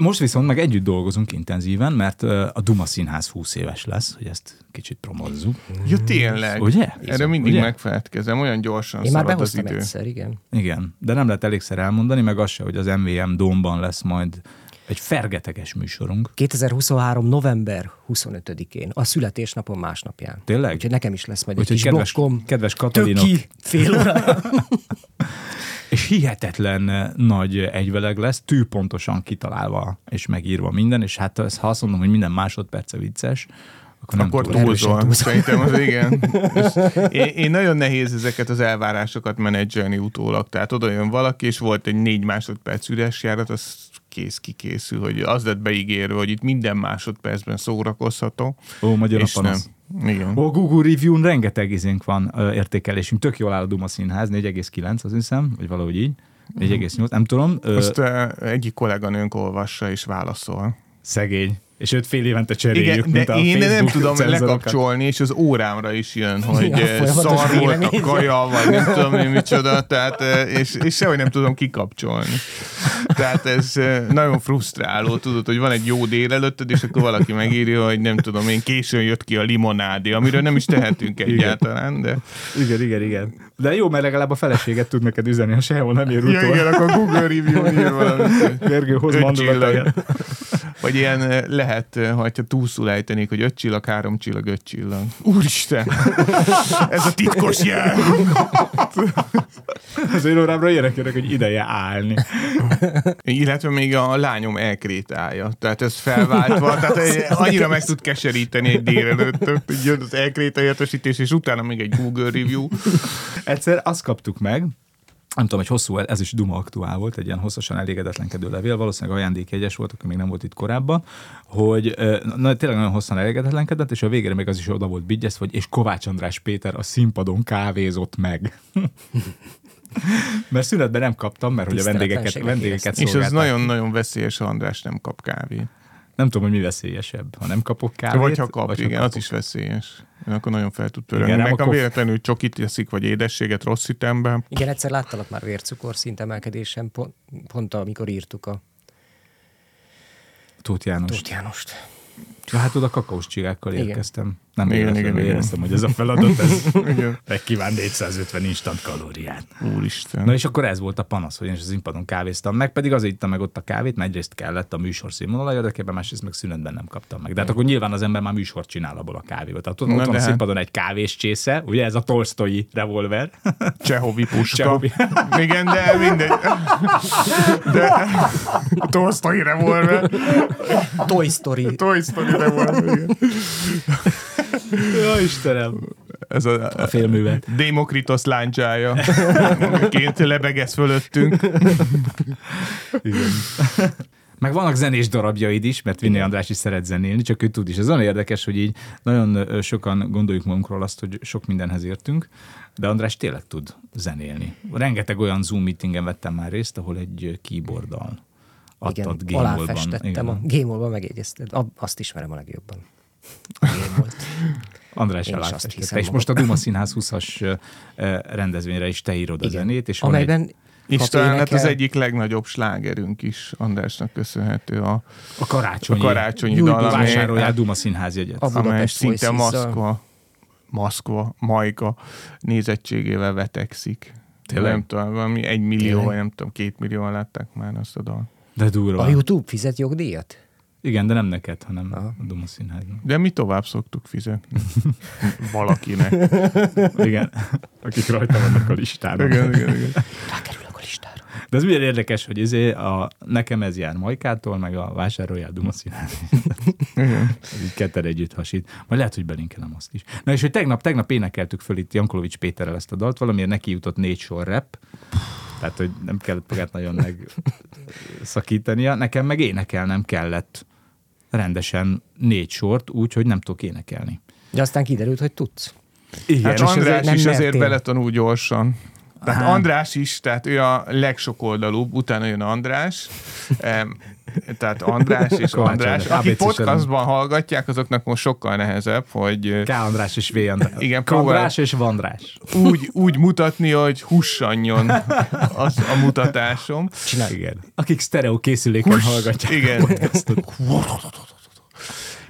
S3: Most viszont meg együtt dolgozunk intenzíven, mert ö, a Duma Színház 20 éves lesz, hogy ezt kicsit promózzuk.
S2: Ja, tényleg.
S3: Ugye?
S2: Erre mindig
S3: Ugye?
S2: megfeledkezem, olyan gyorsan
S4: Én már
S2: szalad az
S4: behoztam
S2: idő.
S4: egyszer, igen.
S3: Igen, de nem lehet elégszer elmondani, meg az se, hogy az MVM Domban lesz majd egy fergeteges műsorunk.
S4: 2023. november 25-én, a születésnapom másnapján.
S3: Tényleg?
S4: Úgyhogy nekem is lesz majd egy
S3: Úgyhogy
S4: kis
S3: kedves,
S4: blokkom.
S3: kedves Katalinok,
S4: Töki fél óra.
S3: És hihetetlen eh, nagy egyveleg lesz, tűpontosan kitalálva és megírva minden, és hát ez- ha azt mondom, hogy minden másodperce vicces, akkor nem
S2: Akkor
S3: túl erős.
S2: túlzol. Szerintem az igen. És Én, én nagyon nehéz ezeket az elvárásokat menedzselni utólag. Tehát oda jön valaki, és volt egy négy másodperc üres járat, az kész kikészül, hogy az lett beígérve, hogy itt minden másodpercben szórakozható.
S3: Ó, magyar a
S2: és nem.
S3: panasz.
S2: Igen.
S3: Ó, Google Review-n rengeteg izénk van, ö, értékelésünk. Tök jól áll a Duma Színház, 4,9 az hiszem, vagy valahogy így. 4,8, nem tudom. Ö,
S2: Azt ö, egyik kolléganőnk olvassa és válaszol.
S3: Szegény. És őt fél évente cseréljük,
S2: Igen, de
S3: mint a
S2: én nem
S3: Facebook
S2: tudom
S3: cenzorokat.
S2: lekapcsolni, és az órámra is jön, hogy
S4: Ja,
S2: ja,
S4: folyamatos
S2: szar volt a
S4: vélemény.
S2: kaja, vagy nem tudom én micsoda, tehát, eh, és, és sehogy nem tudom kikapcsolni. tehát ez eh, nagyon frusztráló, tudod, hogy van egy jó délelőttöd, és akkor valaki megírja, hogy nem tudom én, későn jött ki a limonádé, amiről nem is tehetünk egyáltalán, de...
S3: Igen, igen, igen. De jó, mert legalább a feleséget tud neked üzenni, ha sehol nem ér
S2: Ja, igen,
S3: utol.
S2: akkor Google review írja valamit.
S3: Gergő, hoz
S2: Öt
S3: mandulatáját.
S2: csillag. Vagy ilyen eh, lehet, eh, ha ha túlszul ejtenék, hogy öt csillag, három csillag, öt csillag. Úristen! Ez a titkos jel!
S3: Az én órámra ilyenek jönnek, hogy ideje állni.
S2: Illetve még a lányom elkrétálja. Tehát ez felváltva, tehát egy- annyira meg tud keseríteni egy délelőtt, hogy jön az elkréta értesítés, és utána még egy Google review.
S3: Egyszer azt kaptuk meg, nem tudom, egy hosszú, ez is Duma aktuál volt, egy ilyen hosszasan elégedetlenkedő levél, valószínűleg ajándékjegyes volt, akkor még nem volt itt korábban, hogy ö, na, tényleg nagyon hosszan elégedetlenkedett, és a végére még az is oda volt bigyesz, hogy és Kovács András Péter a színpadon kávézott meg. mert szünetben nem kaptam, mert hogy a vendégeket,
S4: Tiszteletlenségnek
S3: vendégeket
S4: éreztem.
S2: És ez
S3: szolgálták.
S2: nagyon-nagyon veszélyes, ha András nem kap kávét.
S3: Nem tudom, hogy mi veszélyesebb, ha nem kapok kávét.
S2: Vagy ha kap,
S3: vagy
S2: igen,
S3: kapok.
S2: az is veszélyes. Én akkor nagyon fel tud törölni.
S3: Igen,
S2: Igen,
S3: ám
S2: meg a
S3: akkor-
S2: véletlenül csokit eszik, vagy édességet rossz ütemben.
S4: Igen, egyszer láttalak már vércukor szintemelkedésen, pont, pont amikor írtuk a
S3: Tóth János.
S4: Tóth Jánost.
S3: Ja, hát oda kakaós csigákkal
S4: Igen.
S3: érkeztem. Nem
S2: Igen,
S3: igen,
S2: igen,
S3: igen,
S2: igen.
S3: éreztem, hogy ez a feladat, ez
S2: Igen.
S3: megkíván 450 instant kalóriát.
S2: Úristen.
S3: Na és akkor ez volt a panasz, hogy én is az impadon kávéztam meg, pedig azért ittam meg ott a kávét, mert egyrészt kellett a műsor színvonala érdekében, másrészt meg szünetben nem kaptam meg. De hát akkor nyilván az ember már műsort csinál abból a kávéből. Tehát ott,
S2: Na
S3: ott
S2: de
S3: van a
S2: hát.
S3: színpadon egy kávés csésze, ugye ez a tolsztói revolver.
S2: Csehovi puska.
S3: Csehovi.
S2: Igen, de mindegy. De Tolstoy revolver.
S4: Toy Story.
S2: Toy Story revolver. igen.
S3: Jó Istenem!
S2: Ez a,
S3: A félművet.
S2: Démokritos láncsája. Ként lebegez fölöttünk.
S3: Meg vannak zenés darabjaid is, mert Vinny András is szeret zenélni, csak ő tud is. Ez olyan érdekes, hogy így nagyon ö, sokan gondoljuk magunkról azt, hogy sok mindenhez értünk, de András tényleg tud zenélni. Rengeteg olyan Zoom meetingen vettem már részt, ahol egy ö, keyboarddal
S4: Igen,
S3: adtad Game-olban.
S4: aláfestettem a Gémolban, megjegyezted. Ab- Azt ismerem a legjobban. Gémolt.
S3: András
S4: Én is azt
S3: aláfestette.
S4: hiszem
S3: És
S4: magam.
S3: most a Duma Színház 20-as ö, ö, rendezvényre is te írod a zenét, és van egy,
S4: Amelyben
S2: És
S4: Kapi
S2: talán hát az
S4: énekel.
S2: egyik legnagyobb slágerünk is Andrásnak köszönhető a,
S3: a
S2: a
S3: karácsonyi,
S2: karácsonyi
S4: Gyújtó
S2: dal, ami,
S3: vásároljál Duma Színház jegyet.
S4: A-
S2: amely
S4: Budapest
S2: szinte
S4: Voices-a.
S2: Moszkva, Moszkva, Majka nézettségével vetekszik.
S3: Tényleg?
S2: Nem tudom, valami egy millió,
S4: Tényleg?
S2: vagy nem tudom, két millióan látták már azt a dal.
S3: De
S4: a
S3: durva.
S4: YouTube fizet jogdíjat?
S3: Igen, de nem neked, hanem a Duma Színháznak.
S2: De mi tovább szoktuk fizetni. Valakinek.
S3: Igen, akik rajta vannak a listán.
S2: igen, igen, igen.
S4: Rákerülök a listára.
S3: De ez milyen érdekes, hogy izé a, nekem ez jár Majkától, meg a vásároljál Duma színház. Ez így ketten együtt hasít. Majd lehet, hogy belinkelem azt is. Na és hogy tegnap, tegnap énekeltük föl itt Jankolovics Péterrel ezt a dalt, valamiért neki jutott négy sor rep, tehát hogy nem kellett magát nagyon megszakítania. Nekem meg énekelnem kellett rendesen négy sort, úgy, hogy nem tudok énekelni.
S4: De aztán kiderült, hogy tudsz.
S3: Igen,
S2: Hát
S3: és ez-
S2: András
S4: nem
S2: is azért
S4: mertél.
S2: beletanul gyorsan. Tehát
S3: Aha.
S2: András is, tehát ő a legsokoldalúbb, utána jön András, Em, tehát András és
S3: Kovács
S2: András.
S3: András,
S2: Akik
S3: ABC sorrend.
S2: podcastban hallgatják, azoknak most sokkal nehezebb, hogy
S3: K. András és V. András.
S2: Igen,
S3: K. András
S2: próbálok.
S3: és Vandrás.
S2: úgy, úgy mutatni, hogy hussanjon az a mutatásom.
S3: Csinálj. Igen. Akik sztereó készüléken hallgatják.
S2: Igen.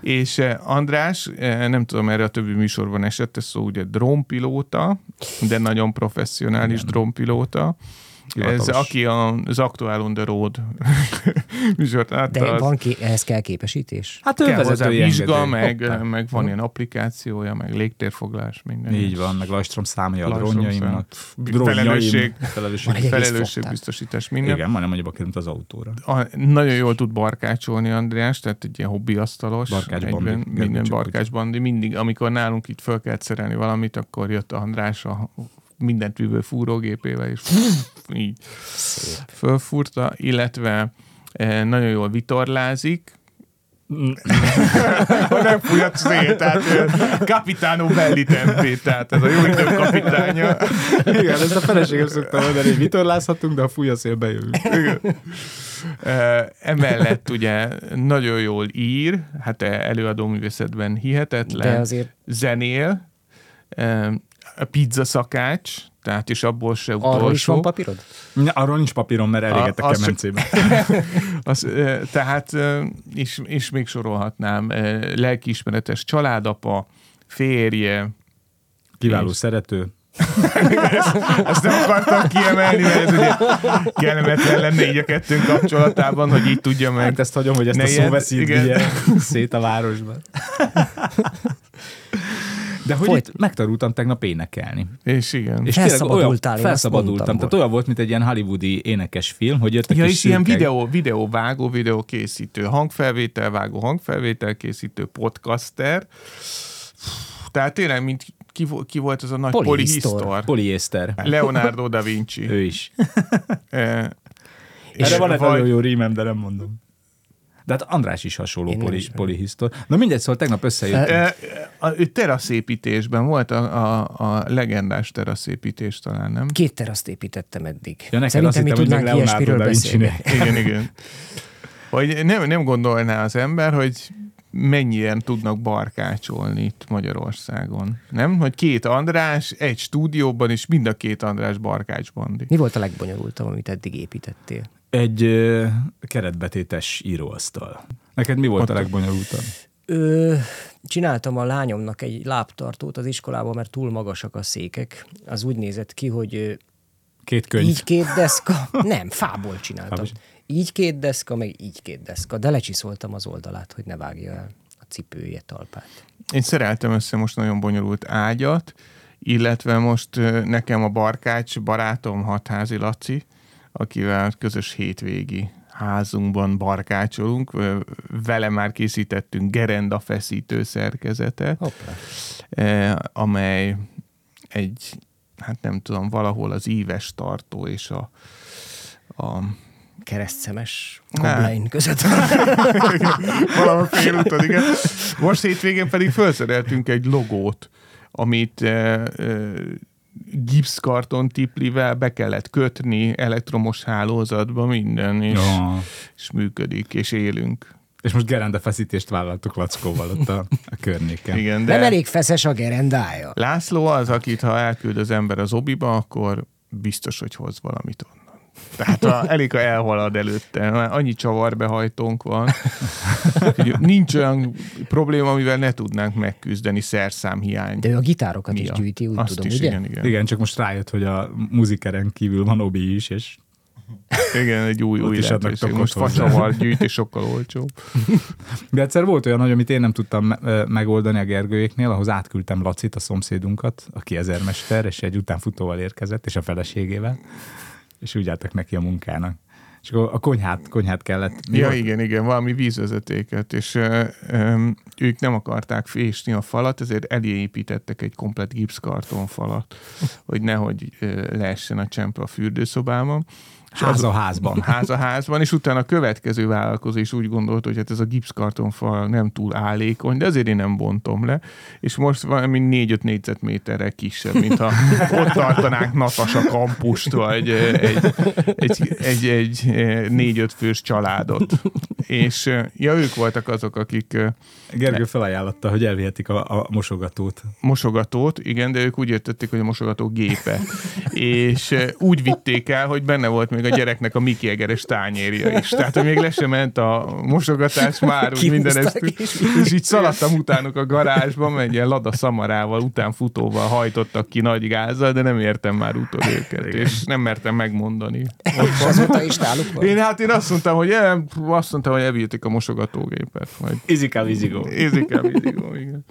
S2: És eh, András, eh, nem tudom, erre a többi műsorban esett, ez szó ugye drónpilóta, de nagyon professzionális Igen. drónpilóta. Ez
S3: Hivatalos.
S2: aki a, az Aktuál on the Road műsort
S4: De
S2: látta, az
S4: van ki, ehhez kell képesítés?
S3: Hát
S2: kell hozzá
S3: önvezetői
S2: vizsga,
S3: engedély.
S2: meg,
S3: Hoppá.
S2: meg van ilyen applikációja, meg légtérfoglás, minden.
S3: Így van, meg Lajstrom számja a
S2: Lajstrom szám.
S3: drónjaimnak.
S2: Felelősség.
S4: Van egy
S3: Felelősség.
S4: egész flottánk.
S2: Felelősségbiztosítás, minden.
S3: Igen, majdnem, hogy abba került az autóra.
S2: a, nagyon jól tud barkácsolni András, tehát egy ilyen hobbiasztalos.
S3: Barkács
S2: egyben
S3: Bandi.
S2: Minden
S3: Csak
S2: barkács bandi. Mindig, amikor nálunk itt föl kellett szerelni valamit, akkor jött András a mindent vívő fúrógépével, és így fölfúrta, illetve eh, nagyon jól vitorlázik, ha nem fúj a cél, tehát kapitánó belli tempét, tehát ez a jó idő kapitánya.
S3: Igen, ezt a feleségem szoktam mondani, hogy vitorlázhatunk, de a fúj a szél bejövünk.
S2: Ö, Emellett ugye nagyon jól ír, hát előadó művészetben hihetetlen,
S4: De azért-
S2: zenél, Ö, a pizza szakács, tehát és abból se utolsó.
S4: Arról is van papírod?
S3: Ne, Arról nincs papírom, mert elégettek
S2: A-
S3: a
S2: az csak-
S3: kemencébe.
S2: Az, ö, tehát, ö, és, és még sorolhatnám, ö, lelkiismeretes családapa, férje,
S3: Kiváló
S2: És-
S3: szerető.
S2: ezt nem akartam kiemelni, mert ez ugye kellemetlen lenne így a kettőnk kapcsolatában, hogy így tudja meg.
S3: Hát ezt hagyom, hogy ezt
S2: Ne
S3: a
S2: ilyen-
S3: szóveszélyt
S2: igen.
S3: vigye szét a városban. De hogy
S4: Folyt-
S3: itt megtanultam tegnap énekelni.
S2: És igen.
S3: És
S4: Felszabadultál,
S3: olyan,
S4: én azt
S3: felszabadultam.
S4: mondtam
S3: Tehát olyan volt, mint egy ilyen hollywoodi énekes film, hogy jöttek
S2: Ja,
S3: kis
S2: és ilyen
S3: szürkek.
S2: videó, videóvágó, videókészítő, hangfelvétel, vágó, hangfelvétel készítő, podcaster. Tehát tényleg, mint ki, vo- ki volt az a nagy
S4: Polihisztor.
S2: polihisztor?
S3: Poliészter.
S2: Leonardo da Vinci.
S3: Ő is.
S2: E,
S3: Erre van egy
S2: vagy-
S3: nagyon jó rímem, de nem mondom. De hát András is hasonló
S4: Én nem
S3: poli,
S4: ismerem.
S3: polihisztor. Na mindegy, szóval tegnap összejött.
S2: E, a- Ő teraszépítésben volt a, a, a legendás teraszépítés talán, nem?
S4: Két teraszt építettem eddig.
S3: Ja, neked azt
S4: Szerintem mi
S3: hittem, hogy még
S4: tudnánk
S3: Leonardo
S4: ilyesmiről
S3: da
S4: beszélni.
S3: vinci
S2: Igen, igen. Hogy nem, nem gondolná az ember, hogy mennyien tudnak barkácsolni itt Magyarországon. Nem? Hogy két András egy stúdióban, és mind a két András barkács bandi.
S4: Mi volt a legbonyolultabb, amit eddig építettél?
S3: Egy ö, keretbetétes íróasztal. Neked mi volt a legbonyolultabb?
S4: Ö, csináltam a lányomnak egy lábtartót az iskolában, mert túl magasak a székek. Az úgy nézett ki, hogy ö,
S3: Két könyv.
S4: így két deszka, nem, fából csináltam.
S3: Fából
S4: Így két deszka, meg így két deszka, de lecsiszoltam az oldalát, hogy ne vágja el a cipője talpát.
S2: Én szereltem össze most nagyon bonyolult ágyat, illetve most ö, nekem a barkács barátom Hatházi Laci, akivel közös hétvégi házunkban barkácsolunk. Ö, Vele már készítettünk gerendafeszítő szerkezetet.
S4: Hoppá.
S2: eh, amely egy, hát nem tudom, valahol az íves tartó és a, a
S4: Keresztszemes
S2: Ne.
S4: koblein között.
S2: valahol félúton, igen. Most hétvégén pedig felszereltünk egy logót, amit eh, eh, gipszkarton tiplivel be kellett kötni elektromos hálózatba minden, és,
S3: Ja.
S2: és működik, és élünk.
S3: És most gerende feszítést vállaltuk Lackóval ott a, a környéken.
S2: Igen, de
S4: Nem elég feszes a gerendája.
S2: László az, akit ha elküld az ember az obiba, akkor biztos, hogy hoz valamit onnan. Tehát ha elég, ha elhalad előtte. Már annyi csavarbehajtónk van, hogy nincs olyan probléma, amivel ne tudnánk megküzdeni szerszámhiány.
S4: De ő a gitárokat
S2: miatt.
S4: is gyűjti, úgy
S2: Azt
S4: tudom,
S2: is,
S4: ugye?
S2: Igen, igen.
S3: Igen, csak most rájött, hogy a muzikeren kívül van Obi is, és
S2: igen, egy új,
S3: Ott
S2: új
S3: is adnak
S2: lehetőség.
S3: tokot
S2: Most
S3: hozzá.
S2: facsavar gyűjt, és sokkal olcsóbb.
S3: De egyszer volt olyan, hogy amit én nem tudtam me- ö, megoldani a Gergőéknél, ahhoz átküldtem Lacit, a szomszédunkat, aki ezermester, és egy utánfutóval érkezett, és a feleségével, és úgy álltak neki a munkának. És akkor a konyhát, konyhát kellett. mi
S2: Ja,
S3: volt?
S2: igen, igen, valami vízvezetéket, és ö, ö, ők nem akarták fésni a falat, ezért elépítettek egy komplet gipszkarton falat, hogy nehogy ö, leessen a csempe a fürdőszobában. És
S3: Ház
S2: az-
S3: a házban.
S2: Ház a házban, és utána a következő vállalkozó is úgy gondolt, hogy hát ez a gipszkartonfal nem túl állékony, de azért én nem bontom le, és most valami 4-5 négyzetméterre kisebb, mint ha ott tartanánk Natasa kampust, vagy egy, egy, egy, egy, egy 4-5 fős családot. És ja, ők voltak azok, akik
S3: Gergő felajánlotta, hogy elvihetik a, a mosogatót.
S2: mosogatót, igen, de ők úgy értették, hogy a mosogató gépe. és eh, úgy vitték el, hogy benne volt még a gyereknek a Miki Egeres tányérja is. Tehát, hogy még le sem ment a mosogatás, már úgy minden ezt.
S4: Kihúzták
S2: És így szaladtam utánuk a garázsba, egy ilyen lada szamarával, utánfutóval hajtottak ki nagy gázzal, de nem értem már utol őket, és nem mertem megmondani.
S4: És azóta is náluk van.
S2: Én hát én azt mondtam, hogy eh, azt mondtam, hogy elvitték a mosogatógépet, majd
S3: Izika vizigó.
S2: ézik el mindig, ó, igen.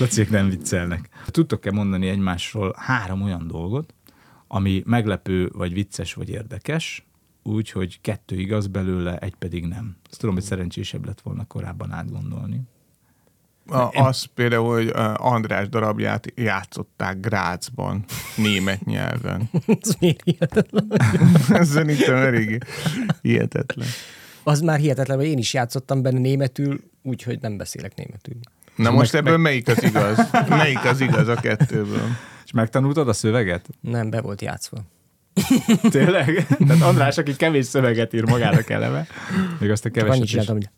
S3: Laciék nem viccelnek. Tudtok-e mondani egymásról három olyan dolgot, ami meglepő, vagy vicces, vagy érdekes, úgy, hogy kettő igaz belőle, egy pedig nem. Ezt tudom, hogy szerencsésebb lett volna korábban átgondolni.
S2: A, az például, hogy ö, András darabját játszották Grácsban, német nyelven.
S4: Ez miért hihetetlen?
S2: Ez szerintem elég hihetetlen.
S4: Az már hihetetlen, hogy én is játszottam benne németül, úgyhogy nem beszélek németül.
S2: Na most ebből melyik az igaz? Melyik az igaz a kettőből?
S3: És megtanultad a szöveget?
S4: Nem, be volt játszva.
S3: Tényleg? Tehát András, aki kevés szöveget ír magának eleve, még azt a
S4: Csak annyit
S3: keveset is.
S4: csináltam, hogy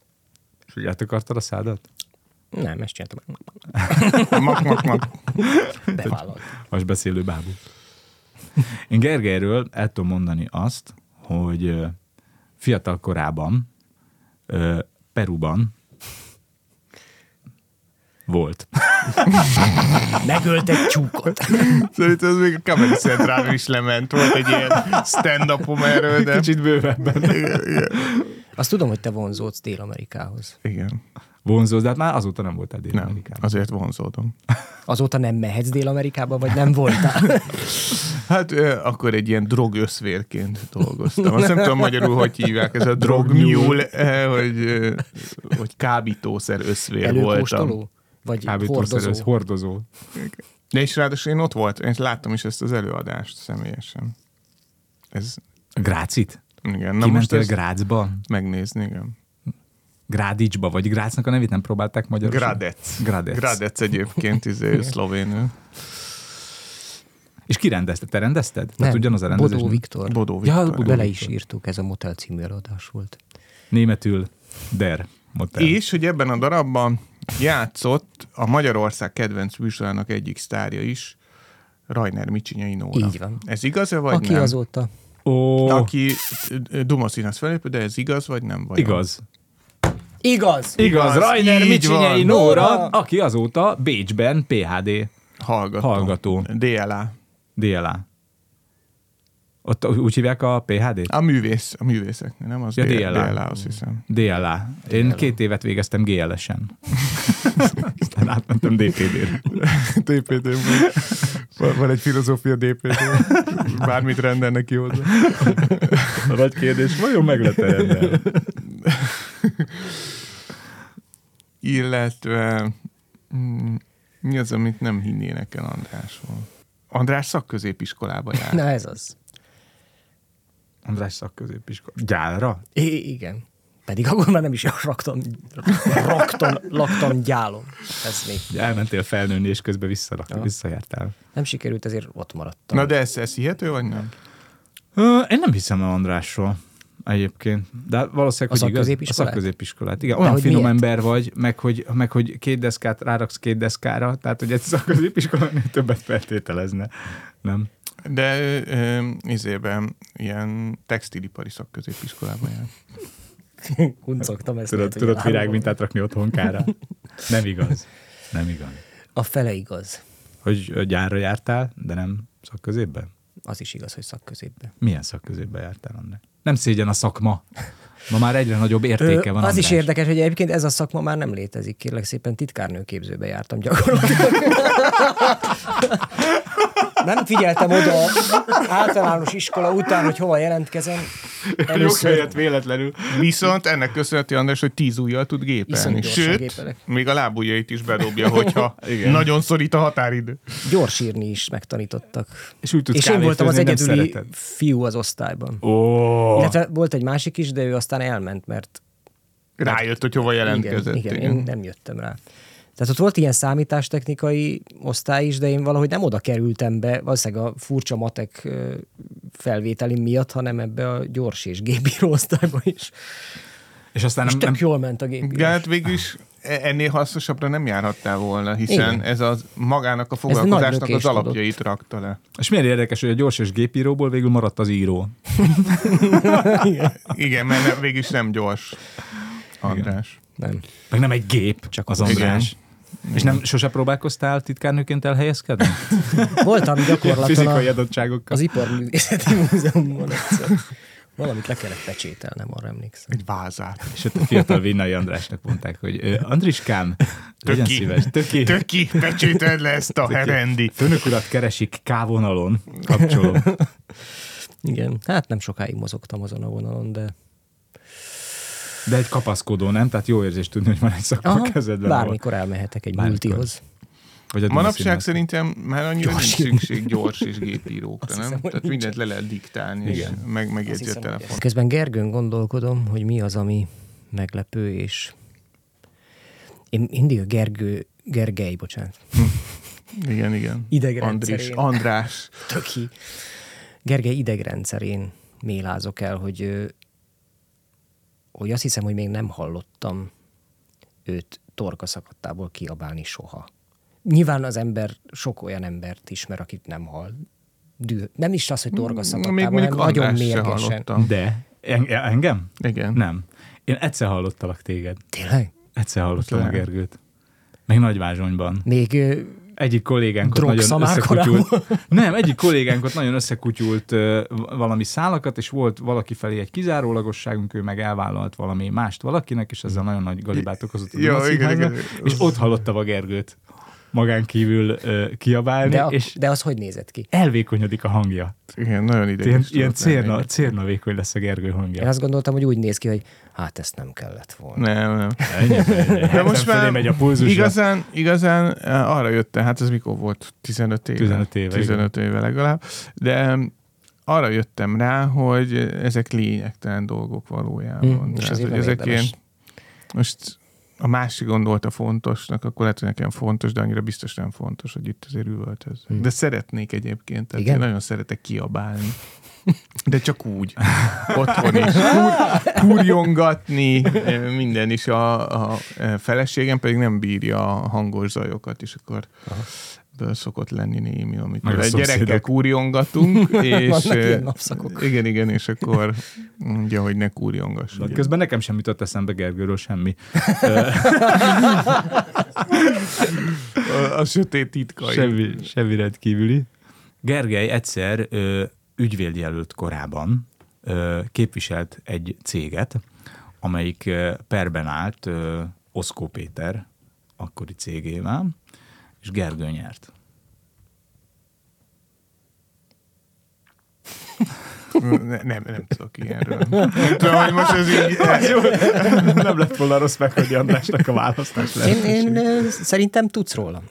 S3: És úgy át akartad a szádat?
S4: nem, ezt csináltam.
S2: Mak, mak, mak.
S4: Bevállalt.
S3: Most beszélő bábú. Én Gergelyről el tudom mondani azt, hogy ö, fiatal korában ö, Peruban volt.
S4: Megölt egy tyúkot.
S2: Szerintem ez még a Comedy Central is lement. Volt egy ilyen stand-upom erről, de...
S3: Kicsit bővebben.
S4: Azt tudom, hogy te vonzódsz Dél-Amerikához.
S2: Igen.
S3: Vonzó, de hát már azóta nem voltál
S2: Nem,
S3: Dél-Amerikában.
S2: azért vonzódom.
S4: Azóta nem mehetsz Dél-Amerikába, vagy nem voltál?
S2: Hát ö, akkor egy ilyen drogösszvérként dolgoztam. Azt nem tudom magyarul, hogy hívják, ez a drogmule, ö, hogy, ö, hogy kábítószer összvér voltam.
S4: Előkóstoló? Vagy
S3: Kábítószer, ez
S4: hordozó?
S3: hordozó.
S2: De és ráadásul én ott volt, én láttam is ezt az előadást személyesen. Ez,
S3: Grácit?
S2: igen, na most
S3: Kimentél
S2: ezt
S3: Grácsba?
S2: megnézni, igen.
S3: Grádicsba, vagy Grácnak a nevét nem próbálták magyarul?
S2: Gradec.
S3: Gradec.
S2: Gradec egyébként, izé, szlovénül.
S3: És ki rendezte? Te rendezted?
S4: Nem,
S2: Hát
S3: Tehát ugyanaz a rendezés.
S4: Bodó Viktor.
S2: Bodó
S3: Ja,
S2: Viktor.
S3: Bodó
S4: Bele is írtuk, ez a Motel című előadás volt.
S3: Németül Der Motel.
S2: És hogy ebben a darabban játszott a Magyarország kedvenc műsorának egyik sztárja is, Rajner Micsinyai Nóra.
S4: Így van.
S2: Ez igaz-e vagy
S4: Aki
S2: nem?
S4: azóta
S3: Ó,
S2: Aki Duma színház felépő, de ez igaz vagy nem? Vagy
S3: igaz.
S4: Igaz!
S3: Igaz,
S2: Igaz,
S3: Rajner
S2: így
S3: Micsinyei
S2: van.
S3: Nóra,
S4: Nóra!
S3: aki azóta Bécsben PHD
S2: Hallgató.
S3: Hallgató.
S2: DLA.
S3: DLA. Ott úgy hívják a PHD-t?
S2: A művész, a művészeknél, nem az
S3: Ja,
S2: D-
S3: DLA.
S2: DLA, azt hiszem.
S3: DLA. Én két évet végeztem GLS-en. Aztán átmentem DPD-re.
S2: dpd van, van egy filozófia DPD. Bármit rendelnek ki hozzá.
S3: Nagy kérdés, vajon meg lett rendel?
S2: Illetve mm, mi az, amit nem hinnének el Andrásról? András szakközépiskolába jár.
S4: Na ez az.
S3: András szakközépiskola. Gyálra?
S4: I- igen. Pedig akkor már nem is raktam, raktam, laktam gyálom. Ez még
S3: Elmentél felnőni, és közben visszarak,
S4: Ja.
S3: visszajártál.
S4: nem sikerült, ezért ott maradtam.
S2: Na de ez, ez hihető, vagy nem?
S3: Ö, Én nem hiszem el Andrásról egyébként, de hát valószínűleg,
S4: A
S3: hogy igaz. A
S4: szakközépiskolát?
S3: szakközépiskolát. Igen, olyan
S4: hogy
S3: finom
S4: miért?
S3: ember vagy, meg hogy, meg hogy két deszkát ráraksz két deszkára, tehát hogy egy szakközépiskolán többet feltételezne. Nem?
S2: De ö, ö, izében ilyen textilipari szakközépiskolában jár.
S4: Kuncogtam ezt.
S3: Tudod,
S4: lehet, hogy
S3: tudod
S4: elárulom.
S3: virágmintát rakni otthonkára? Nem igaz. Nem igaz.
S4: A fele igaz.
S3: Hogy ö, gyárra jártál, de nem szakközépben?
S4: Az is igaz, hogy szakközépben.
S3: Milyen szakközépben jártál, András? Nem szégyen a szakma. Ma már egyre nagyobb értéke
S4: Ö,
S3: van.
S4: az is
S3: András.
S4: érdekes, hogy egyébként ez a szakma már nem létezik. Kérlek szépen titkárnőképzőbe jártam gyakorlatilag. nem figyeltem oda általános iskola után, hogy hova jelentkezem. Először
S3: véletlenül.
S2: Viszont ennek köszönheti András, hogy tíz ujjal tud gépelni.
S4: Iszonyú gyorsan
S2: Sőt,
S4: gépelek.
S2: még a lábujjait is bedobja, hogyha nagyon szorít a határidő.
S4: gyors írni is megtanítottak.
S3: És úgy tudsz
S4: És én voltam az
S3: kávéfőzni, nem
S4: egyedüli
S3: szereted.
S4: fiú az osztályban.
S3: Ó,
S4: Illetve volt egy másik is, de ő aztán elment, mert
S2: Rájött, hogy hova jelentkezett.
S4: igen, igen, én nem jöttem rá. Tehát ott volt ilyen számítástechnikai osztály is, de én valahogy nem oda kerültem be, valószínűleg a furcsa matek ö, felvételi miatt, hanem ebbe a gyors és gépíró osztályba is.
S3: És aztán
S4: És
S3: nem,
S4: tök
S3: nem,
S4: jól ment a gépíró.
S2: De hát végül is e- ennél hasznosabbra nem járhattál volna, hiszen
S4: Igen.
S2: ez az magának a
S4: nagy
S2: foglalkozásnak az
S4: lökést adott.
S2: alapjait rakta le.
S3: és milyen érdekes, hogy a gyors és gépíróból végül maradt az író.
S2: Igen, mert nem- végül is nem gyors. András.
S4: Nem.
S3: Meg nem egy gép, csak az András. És nem sose próbálkoztál titkárnőként elhelyezkedni?
S4: Voltam gyakorlaton
S3: Fizikai
S4: a,
S3: adottságokkal.
S4: az Iparművészeti Múzeumban egyszer. Valamit le kellett pecsételnem, arra emlékszem.
S2: Egy vázát.
S3: És ott a fiatal Vinnai Andrásnak mondták, hogy "Ö, Andriskám, legyen
S2: Töki.
S3: szíves, töki.
S2: Töki, pecséted le ezt a herendi.
S3: Főnök urat keresik kávonalon, kapcsolom.
S4: Igen, hát nem sokáig mozogtam azon a vonalon, de
S3: De egy kapaszkodó, nem? Tehát jó érzés tudni, hogy van egy szakma a kezedben. ahol-
S4: bármikor elmehetek egy
S3: Bármikor.
S4: multihoz.
S3: Vagy a
S2: Manapság
S3: színház.
S2: szerintem már annyira
S4: Gyors
S2: nincs
S4: írni.
S2: szükség gyors és gépírókra, nem?
S4: hiszem, hogy
S2: Tehát mindent le lehet diktálni, és
S3: Igen.
S2: meg, megjegyzi a telefon.
S4: Közben Gergőn gondolkodom, hogy mi az, ami meglepő, és én mindig a Gergő, Gergely, bocsánat,
S2: Igen, igen. Andris,
S4: Idegrendszerén.
S2: András.
S4: töki. Gergely idegrendszerén mélázok el, hogy, ö, hogy azt hiszem, hogy még nem hallottam őt torkaszakadtából kiabálni soha. nyilván az ember sok olyan embert ismer, akit nem hal. Düh. Nem is az, hogy torgaszakadtában,
S2: Még
S4: hanem
S2: mondjuk
S4: nagyon
S2: András se
S4: mérgesen.
S2: hallottam.
S3: De? En- engem?
S2: Igen.
S3: Nem. Én egyszer hallottalak téged.
S4: Tényleg?
S3: Egyszer hallottam a
S2: Lehet.
S3: Gergőt. Még Nagyvázsonyban.
S4: Még ö,
S3: Egyik kollégánk ott nagyon
S4: Drogszamár
S3: összekutyult.
S4: korában.
S3: Nem, egyik kollégánk ott nagyon összekutyult ö, valami szálakat, és volt valaki felé egy kizárólagosságunk, ő meg elvállalt valami mást valakinek, és ezzel nagyon nagy galibát okozott a
S2: Ja,
S3: Duna
S2: igen,
S3: Színházban,
S2: igen, igen.
S3: és ott hallottam a Gergőt magán kívül ö, kiabálni,
S4: de, a,
S3: és
S4: de az hogy nézett ki?
S3: elvékonyodik a hangja.
S2: Igen, nagyon ideges.
S3: Ilyen,
S2: tudok
S3: ilyen
S2: lenni.
S3: cérna, cérna vékony lesz a Gergő hangja.
S4: Én azt gondoltam, hogy úgy néz ki, hogy hát ezt nem kellett volna.
S2: Nem, nem.
S3: Ennyi, ennyi.
S2: De
S3: Hát
S2: most
S3: nem
S2: már
S3: fölé megy a pulzusa.
S2: igazán, igazán eh, arra jöttem, hát ez mikor volt? 15 éve.
S3: 15 éve,
S2: 15 éve legalább. De em, arra jöttem rá, hogy ezek lényegtelen dolgok valójában.
S4: Hm, és azért nem érdemes.
S2: most a másik gondolta fontosnak, akkor lehet, hogy nekem fontos, de annyira biztos nem fontos, hogy itt azért üvöltözzek.
S4: Hm.
S2: De szeretnék egyébként, tehát
S4: Igen?
S2: Igen? én nagyon szeretek kiabálni. De csak úgy. Otthon is. Kur, kurjongatni, eh, minden is. A, a eh, feleségem pedig nem bírja a hangos zajokat, és akkor ebből szokott lenni némi,
S3: Meg
S2: amikor
S3: a
S2: egy gyerekkel
S3: szomszédok.
S2: kúrjongatunk, és
S4: Vannak ilyen
S2: eh,
S4: napszakok.
S2: igen, igen, és akkor mondja, hogy ne kúrjongass.
S3: Na,
S2: ugye.
S3: Közben nekem sem jutott eszembe Gergőről semmi.
S2: A, a sötét titkai.
S3: Semmi, semmi rendkívüli. Gergely egyszer ö, ügyvédjelölt korában ö, képviselt egy céget, amelyik ö, perben állt ö, Oszkó Péter akkori cégével, és Gergő nyert.
S2: Ne- Nem, nem tudok ilyenről. Nem Tudom, hogy most ez így...
S3: Nem lett volna rossz meg, hogy Andrásnak a választás
S4: Én, én ö, szerintem tudsz róla.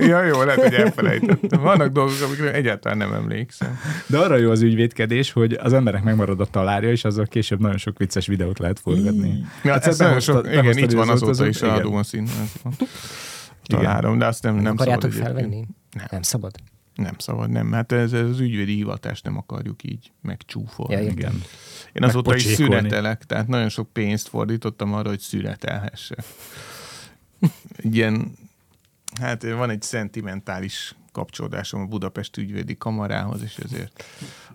S2: Ja, jó, lehet, hogy elfelejtettem. Vannak dolgok, amikre egyáltalán nem emlékszem.
S3: De arra jó az ügyvédkedés, hogy az embernek megmarad a talárja, és azzal később nagyon sok vicces videót lehet forgatni. Hát
S2: Na,
S3: Egyszer
S2: ez nagyon
S3: behozta-
S2: sok, igen,
S3: behoztad
S2: itt van
S3: az
S2: azóta
S3: utazót,
S2: is
S3: igen.
S2: a Duma színházban. Talárom, de azt nem, nem szabad.
S4: Akarjátok
S2: egyébként.
S4: felvenni? Nem. nem szabad.
S2: Nem szabad, nem. Hát ez, ez az ügyvédi hivatást nem akarjuk így megcsúfolni.
S4: Ja, értem.
S3: Igen.
S2: Én azóta is
S3: Megpocsékolni.
S2: szüretelek, tehát nagyon sok pénzt fordítottam arra, hogy szüretelhessek. Egy Ilyen, hát van egy szentimentális kapcsolódásom a Budapest ügyvédi kamarához, és ezért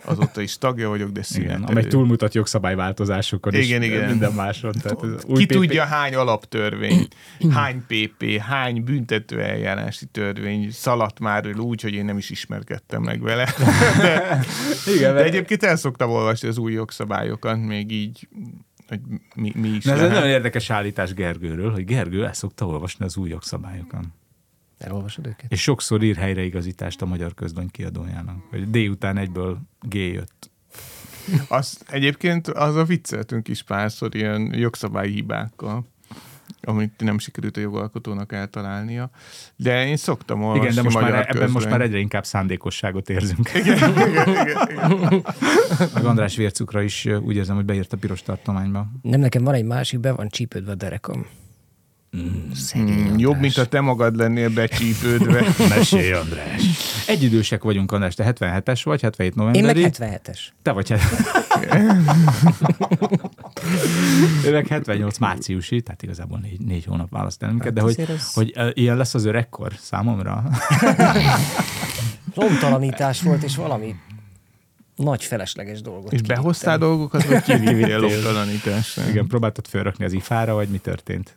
S2: azóta is tagja vagyok, de
S3: Igen,
S2: szünetelő.
S3: amely túlmutat jogszabályváltozásokon
S2: Igen,
S3: és
S2: igen.
S3: minden máson. Tehát Hát ez új
S2: Ki
S3: PP
S2: tudja, hány alaptörvény, hány PP, hány büntetőeljárási törvény szaladt már el úgy, hogy én nem is ismerkedtem meg vele. De,
S3: Igen,
S2: de
S3: mert-
S2: egyébként el szoktam olvasni az új jogszabályokat, még így, hogy mi, mi is
S3: Na ez egy
S2: lehet.
S3: nagyon érdekes állítás Gergőről, hogy Gergő el szokta olvasni az új jogszabályokon.
S4: Elolvasod őket?
S3: És sokszor ír helyreigazítást a Magyar Közlöny kiadójának, hogy délután egyből G jött.
S2: Azt egyébként az a vicceltünk is párszor ilyen jogszabályi hibákkal, amit nem sikerült a jogalkotónak eltalálnia. De én szoktam olvasni
S3: Igen, de most már, e-
S2: magyar
S3: ebben most már
S2: közlönyt.
S3: egyre inkább szándékosságot érzünk. Igen, igen, igen. András Vércukra is ö, úgy érzem, hogy beírt a piros tartományba.
S4: Nem, nekem van egy másik, be van csípődve a derekom. Mm. Szegény.
S2: Mm, Jobb, mint a te magad lennél becsípődve.
S3: Mesélj, András! Egyidősek vagyunk, András. Te 77-es vagy, 77 novemberi.
S4: Én meg 77-es.
S3: Te vagy hát- het- Ő meg 78 márciusi, tehát igazából négy, négy hónap választ el minket, de hogy,
S4: Hát azért ez-
S3: hogy ö, ilyen lesz az öregkor számomra.
S4: Lomtalanítás volt, és valami nagy felesleges dolgot.
S2: És
S4: kivittem.
S2: behoztál dolgokat, vagy kivittél loptalanításra?
S3: Igen, próbáltad felrakni az ifára, vagy mi történt?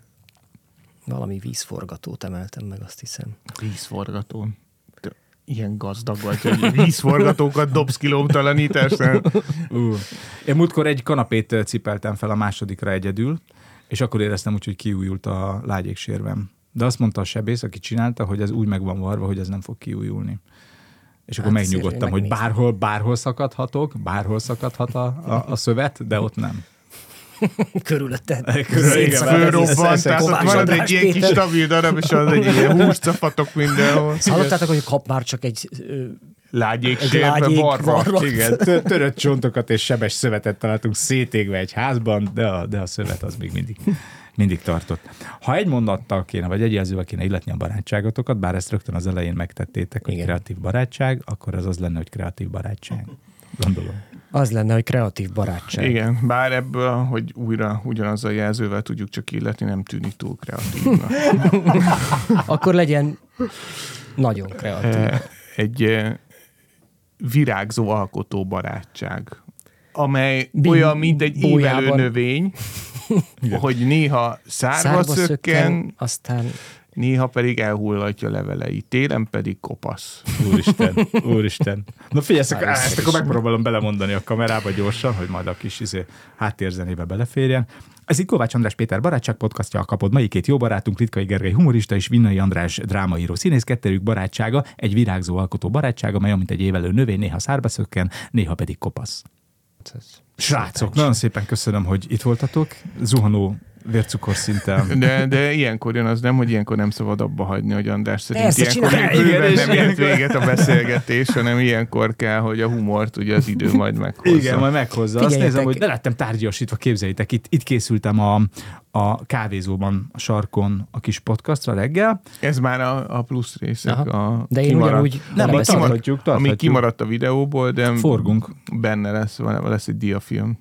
S4: Valami vízforgatót emeltem meg, azt hiszem.
S2: Vízforgatón. Te Ilyen gazdag vagy, hogy vízforgatókat dobsz ki loptalanításra.
S3: Ú. Én múltkor egy kanapét ö, cipeltem fel a másodikra egyedül, és akkor éreztem úgy, hogy kiújult a lágyéksérvem. De azt mondta a sebész, aki csinálta, hogy ez úgy meg van varva, hogy ez nem fog kiújulni. És akkor
S4: Hát
S3: hát
S4: azért
S3: megnyugodtam,
S4: én
S3: hogy
S4: megnéztem.
S3: bárhol, bárhol szakadhatok, bárhol szakadhat a, a, a szövet, de ott nem.
S4: Körülötte.
S2: Fölrobbant, tehát ott
S4: Kovács
S2: marad
S4: András
S2: egy ilyen kis
S4: Péter.
S2: stabil darab, és az egy ilyen húscafatok mindenhol.
S4: Hallottátok, hogy kap már csak egy... ö,
S2: Lágyék
S4: Egy
S2: sérbe,
S4: lágyék
S2: barra.
S4: varrat.
S2: Igen.
S3: Tö- Törött csontokat és sebes szövetet találtunk szétégve egy házban, de a, de a szövet az még mindig, mindig tartott. Ha egy mondattal kéne, vagy egy jelzővel kéne illetni a barátságotokat, bár ezt rögtön az elején megtettétek, hogy
S4: Igen.
S3: kreatív barátság, akkor az az lenne, hogy kreatív barátság. gondolom.
S4: Az lenne, hogy kreatív barátság.
S2: Igen, bár ebből, hogy újra ugyanaz a jelzővel tudjuk csak illetni, nem tűnik túl kreatívnak.
S4: Akkor legyen nagyon kreatív.
S2: Eh, Egy eh, virágzó alkotó barátság, amely
S4: Bin-
S2: olyan, mint egy
S4: bójában.
S2: évelő növény, hogy néha szárba
S4: Szárba szökken,
S2: szökken,
S4: aztán
S2: néha pedig elhullatja leveleit, télen pedig kopasz.
S3: Úristen, úristen. Na figyelj, ezt, akkor-
S4: Már
S3: ezt akkor megpróbálom belemondani a kamerába gyorsan, hogy majd a kis izé, háttérzenébe beleférjen. Ez itt Kovács András Péter barátság podcastja a kapod. Mai két jó barátunk, Litkai Gergely humorista és Vinnai András drámaíró színész, kettőjük barátsága, egy virágzó alkotó barátsága, mely amint egy évelő növény néha szárba szökken, néha pedig kopasz. Srácok, nagyon szépen köszönöm, hogy itt voltatok. Zuhanó vércukorszinten.
S2: De, de ilyenkor jön az nem, hogy ilyenkor nem szabad abba hagyni, hogy András szerint
S4: Persze,
S2: ilyenkor
S4: csinálj.
S2: még bőven
S3: Igen, és
S2: nem ért
S3: ilyenkor-
S2: véget a beszélgetés, hanem ilyenkor kell, hogy a humort ugye az idő majd meghozza.
S3: Igen, majd meghozza. Azt
S4: Figyeljetek-
S3: nézem, hogy belettem tárgyasítva, képzeljétek, itt, itt készültem a, a kávézóban, a sarkon a kis podcastra reggel.
S2: Ez már a, a plusz részek.
S4: Aha.
S2: A
S4: De én
S2: kimaradt-
S4: ugyanúgy
S3: Nem,
S2: ami
S3: ott
S4: belebeszélek.
S3: kimaradt. tarthatjuk, tarthatjuk.
S2: Ami kimaradt a videóból, de
S3: Forgunk.
S2: benne lesz, van- lesz egy diafilm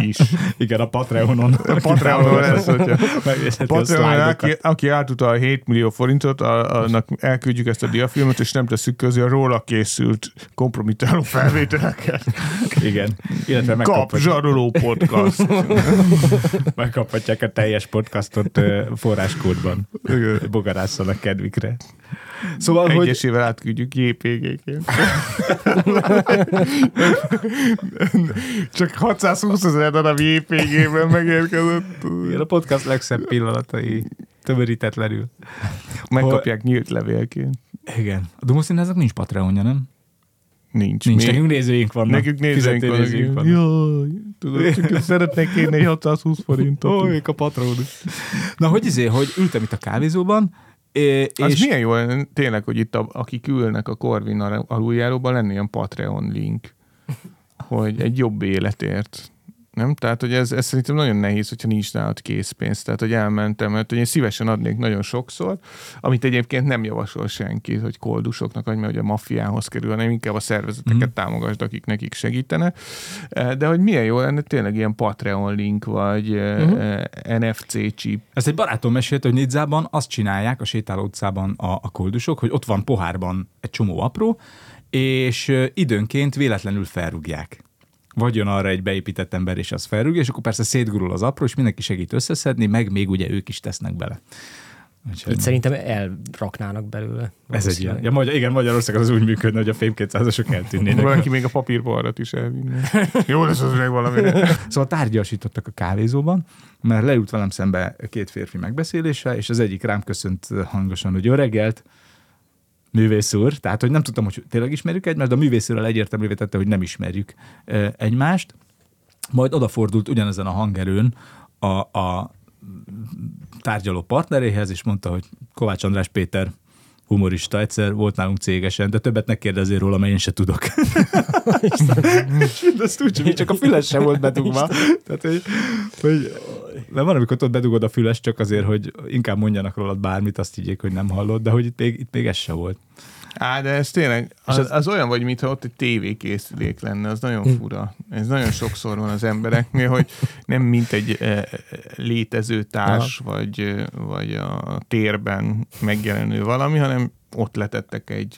S2: is.
S3: Igen, a Patreonon. A
S2: Patreonon lesz, hogyha...
S3: Megnézheti a
S2: Patreonon, aki,
S3: Hát szlájdokat.
S2: aki átutal 7 millió forintot, a, annak elküldjük ezt a diafilmet, és nem tesszük közé a róla készült kompromitáló felvételeket.
S3: Igen. Illetve
S2: Kap
S3: megkaphatják,
S2: zsaroló podcast.
S3: megkaphatják a teljes podcastot ö, forráskódban. Bogarásszanak kedvikre. Szóval, hogy
S2: Egyesével átküldjük JPG-ként. Csak 620 ezer darab JPG-ben megérkezett.
S3: igen, a podcast legszebb pillanatai tömörítetlenül.
S2: Megkapják nyílt levélként.
S3: Igen. A Dumoszínháznak nincs Patreonja, nem?
S2: Nincs.
S3: Nincs,
S2: Mi-
S3: nekünk nézőink vannak.
S2: Nekünk nézőink
S3: Fizető nézőink
S2: van. Jaj, tudod, csak szeretnék kérni egy 620 forintot.
S3: Ó, ők a patron. Na, hogy izé, hogy ültem itt a kávézóban, é-
S2: Az
S3: és
S2: milyen jó, tényleg, hogy itt a, akik ülnek a Corvin al- aluljáróban, lenne ilyen Patreon link, hogy egy jobb életért. Nem? Tehát, hogy ez, ez szerintem nagyon nehéz, hogyha nincs nálad készpénz. Tehát, hogy elmentem, mert hogy én szívesen adnék nagyon sokszor, amit egyébként nem javasol senki, hogy koldusoknak, vagy mert hogy a maffiához kerül, hanem inkább a szervezeteket mm. támogasd, akik nekik segítenek. Eh, De hogy milyen jó lenne tényleg ilyen Patreon link, vagy mm. NFC chip,
S3: ezt egy barátom mesélte, hogy Nidzában azt csinálják a sétáló utcában a, a koldusok, hogy ott van pohárban egy csomó apró, és ö, időnként véletlenül felrúgják. Vagy jön arra egy beépített ember, és az felrúgja, és akkor persze szétgurul az apró, és mindenki segít összeszedni, meg még ugye ők is tesznek bele. Úgyhogy-
S4: Itt szerintem elraknának belőle.
S3: Ez egy ilyen. Ja, magyar, igen, Magyarország az úgy működne, hogy a fém 200-asok eltűnnének.
S2: Valaki még a papírbalrat is elvinne. Jó lesz az meg valami.
S3: Szóval tárgyasítottak a kávézóban, mert leült velem szembe két férfi megbeszélése, és az egyik rám köszönt hangosan, hogy jó reggelt, művész úr, tehát hogy nem tudtam, hogy tényleg ismerjük egymást, de a művész úrral egyértelművé tette, hogy nem ismerjük ö, egymást. Majd odafordult ugyanezen a hangerőn a, a tárgyaló partneréhez, és mondta, hogy Kovács András Péter humorista, egyszer volt nálunk cégesen, de többet ne kérdezzél róla, mert én se tudok. és mindezt úgy, hogy csak a füles sem volt bedugva. Tehát, hogy, hogy nem van, amikor ott bedugod a füles, csak azért, hogy inkább mondjanak rólad bármit, azt higgyék, hogy nem hallod, de hogy itt még, itt még ez se volt.
S2: Á, de ez tényleg, az, az olyan vagy, mintha ott egy tévékészülék lenne, az nagyon fura. Ez nagyon sokszor van az embereknél, hogy nem mint egy e, létező társ, vagy, e, vagy a térben megjelenő valami, hanem ott letettek egy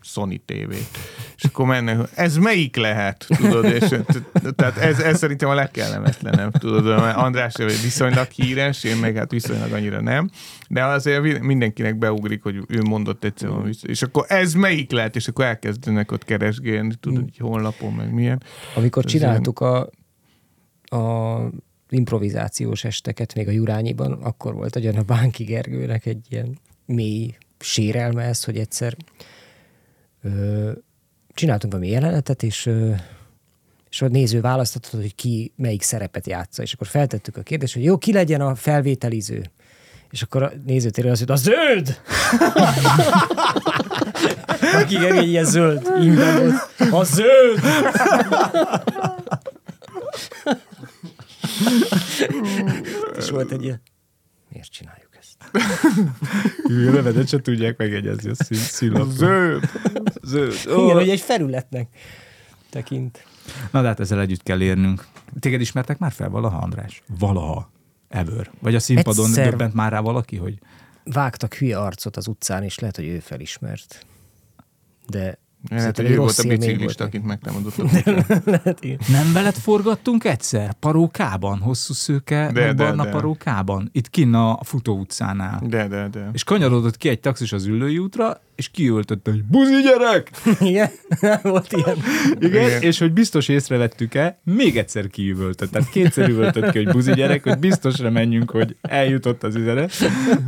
S2: Sony tévét. És akkor mennek, hogy ez melyik lehet, tudod, és t- tehát ez, ez szerintem a legkellemetlenebb, tudod, mert András viszonylag híres, én meg hát viszonylag annyira nem, de azért vi- mindenkinek beugrik, hogy ő mondott egyszer, valamit, és akkor ez melyik lehet, és akkor elkezdenek ott keresgélni, tudod, hogy honlapon, meg milyen.
S4: Amikor
S2: Ez
S4: csináltuk a, a improvizációs esteket még a Jurányiban, akkor volt olyan a Bánki Gergőnek egy ilyen mély sérelme ez, hogy egyszer ö, csináltunk valami jelenetet, és, ö, és a néző választhatott, hogy ki melyik szerepet játsza, és akkor feltettük a kérdést, hogy jó, ki legyen a felvételiző. És akkor a nézőtérő az, hogy a zöld! Bánki Gergő egy ilyen zöld ingben volt. A zöld! És volt egy ilyen, miért csináljuk ezt?
S3: A nevedet se tudják megjegyezni a szín, színlapon.
S2: Zöld!
S4: Hát,
S3: Zöld.
S4: Igen, hogy egy felületnek. tekint.
S3: Na de hát ezzel együtt kell érnünk. Téged ismertek már fel valaha, András? Valaha. Ever. Vagy a színpadon Egyszer...
S4: Egyszer.
S3: döbbent már rá valaki, hogy
S4: Vágtak hülye arcot az utcán, és lehet, hogy ő felismert. De
S2: Lehet, hogy
S4: szerintem egy
S2: ő volt
S4: rossz
S2: a
S4: élmény
S2: biciklista,
S4: volt
S2: akit megtámadott a kutya.
S4: lehet, igen.
S3: nem veled forgattunk egyszer? Parókában, hosszú szőke,
S2: De,
S3: de, meg
S2: de,
S3: barna
S2: de.
S3: parókában. Itt kinn a futó utcánál.
S2: De, de, de.
S3: És kanyarodott ki egy taxis az ülői útra, és kiöltötte, hogy buzi gyerek!
S4: Igen, nem volt ilyen.
S3: Igen, Igen,
S2: Igen.
S3: és hogy biztos észrevettük-e, még egyszer kiüvöltött. Tehát kétszer üvöltött ki, hogy buzi gyerek, hogy biztosra menjünk, hogy eljutott az üzenet.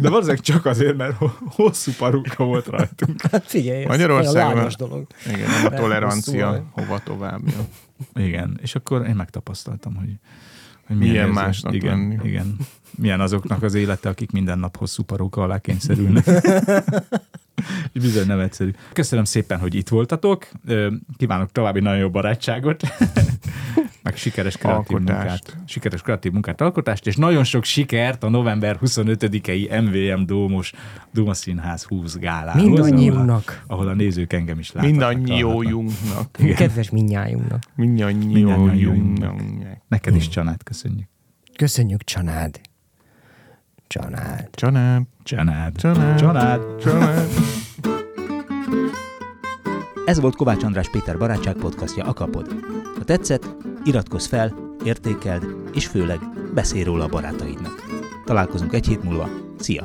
S3: De valószínűleg csak azért, mert ho- hosszú paróka volt rajtunk.
S4: Hát figyelj, ez
S2: Magyarországon-
S4: olyan lányos dolog.
S2: Igen, nem a
S4: Nem,
S2: tolerancia,
S4: hosszú,
S2: hova tovább. Ja.
S3: Igen, és akkor én megtapasztaltam, hogy, hogy
S2: Milyen
S3: érzés.
S2: másnak
S3: igen,
S2: lenni.
S3: Igen, milyen azoknak az élete, akik minden nap hosszú paróka alá kényszerülnek. És bizony nem egyszerű. Köszönöm szépen, hogy itt voltatok. Ö, Kívánok további nagyon jó barátságot. meg sikeres kreatív
S2: Alkotást.
S3: munkát. Sikeres kreatív munkát, alkotást, és nagyon sok sikert a november 25-i MVM Dómos Duma Színház 20 gálához.
S4: Mindannyiunknak.
S3: Ahol, ahol a nézők engem is látnak.
S2: Mindannyiójunknak.
S4: Kedves minnyájunknak.
S2: Mindannyiójunknak.
S3: Neked is csanád, köszönjük.
S4: Köszönjük, Csanád. Csanád.
S2: Csanább,
S3: Csanád.
S2: Csanád.
S3: Csanád.
S2: csanább.
S5: Ez volt Kovács András Péter barátság podcastja Akapod. Ha tetszett, iratkozz fel, értékeld, és főleg beszélj róla a barátaidnak. Találkozunk egy hét múlva. Szia!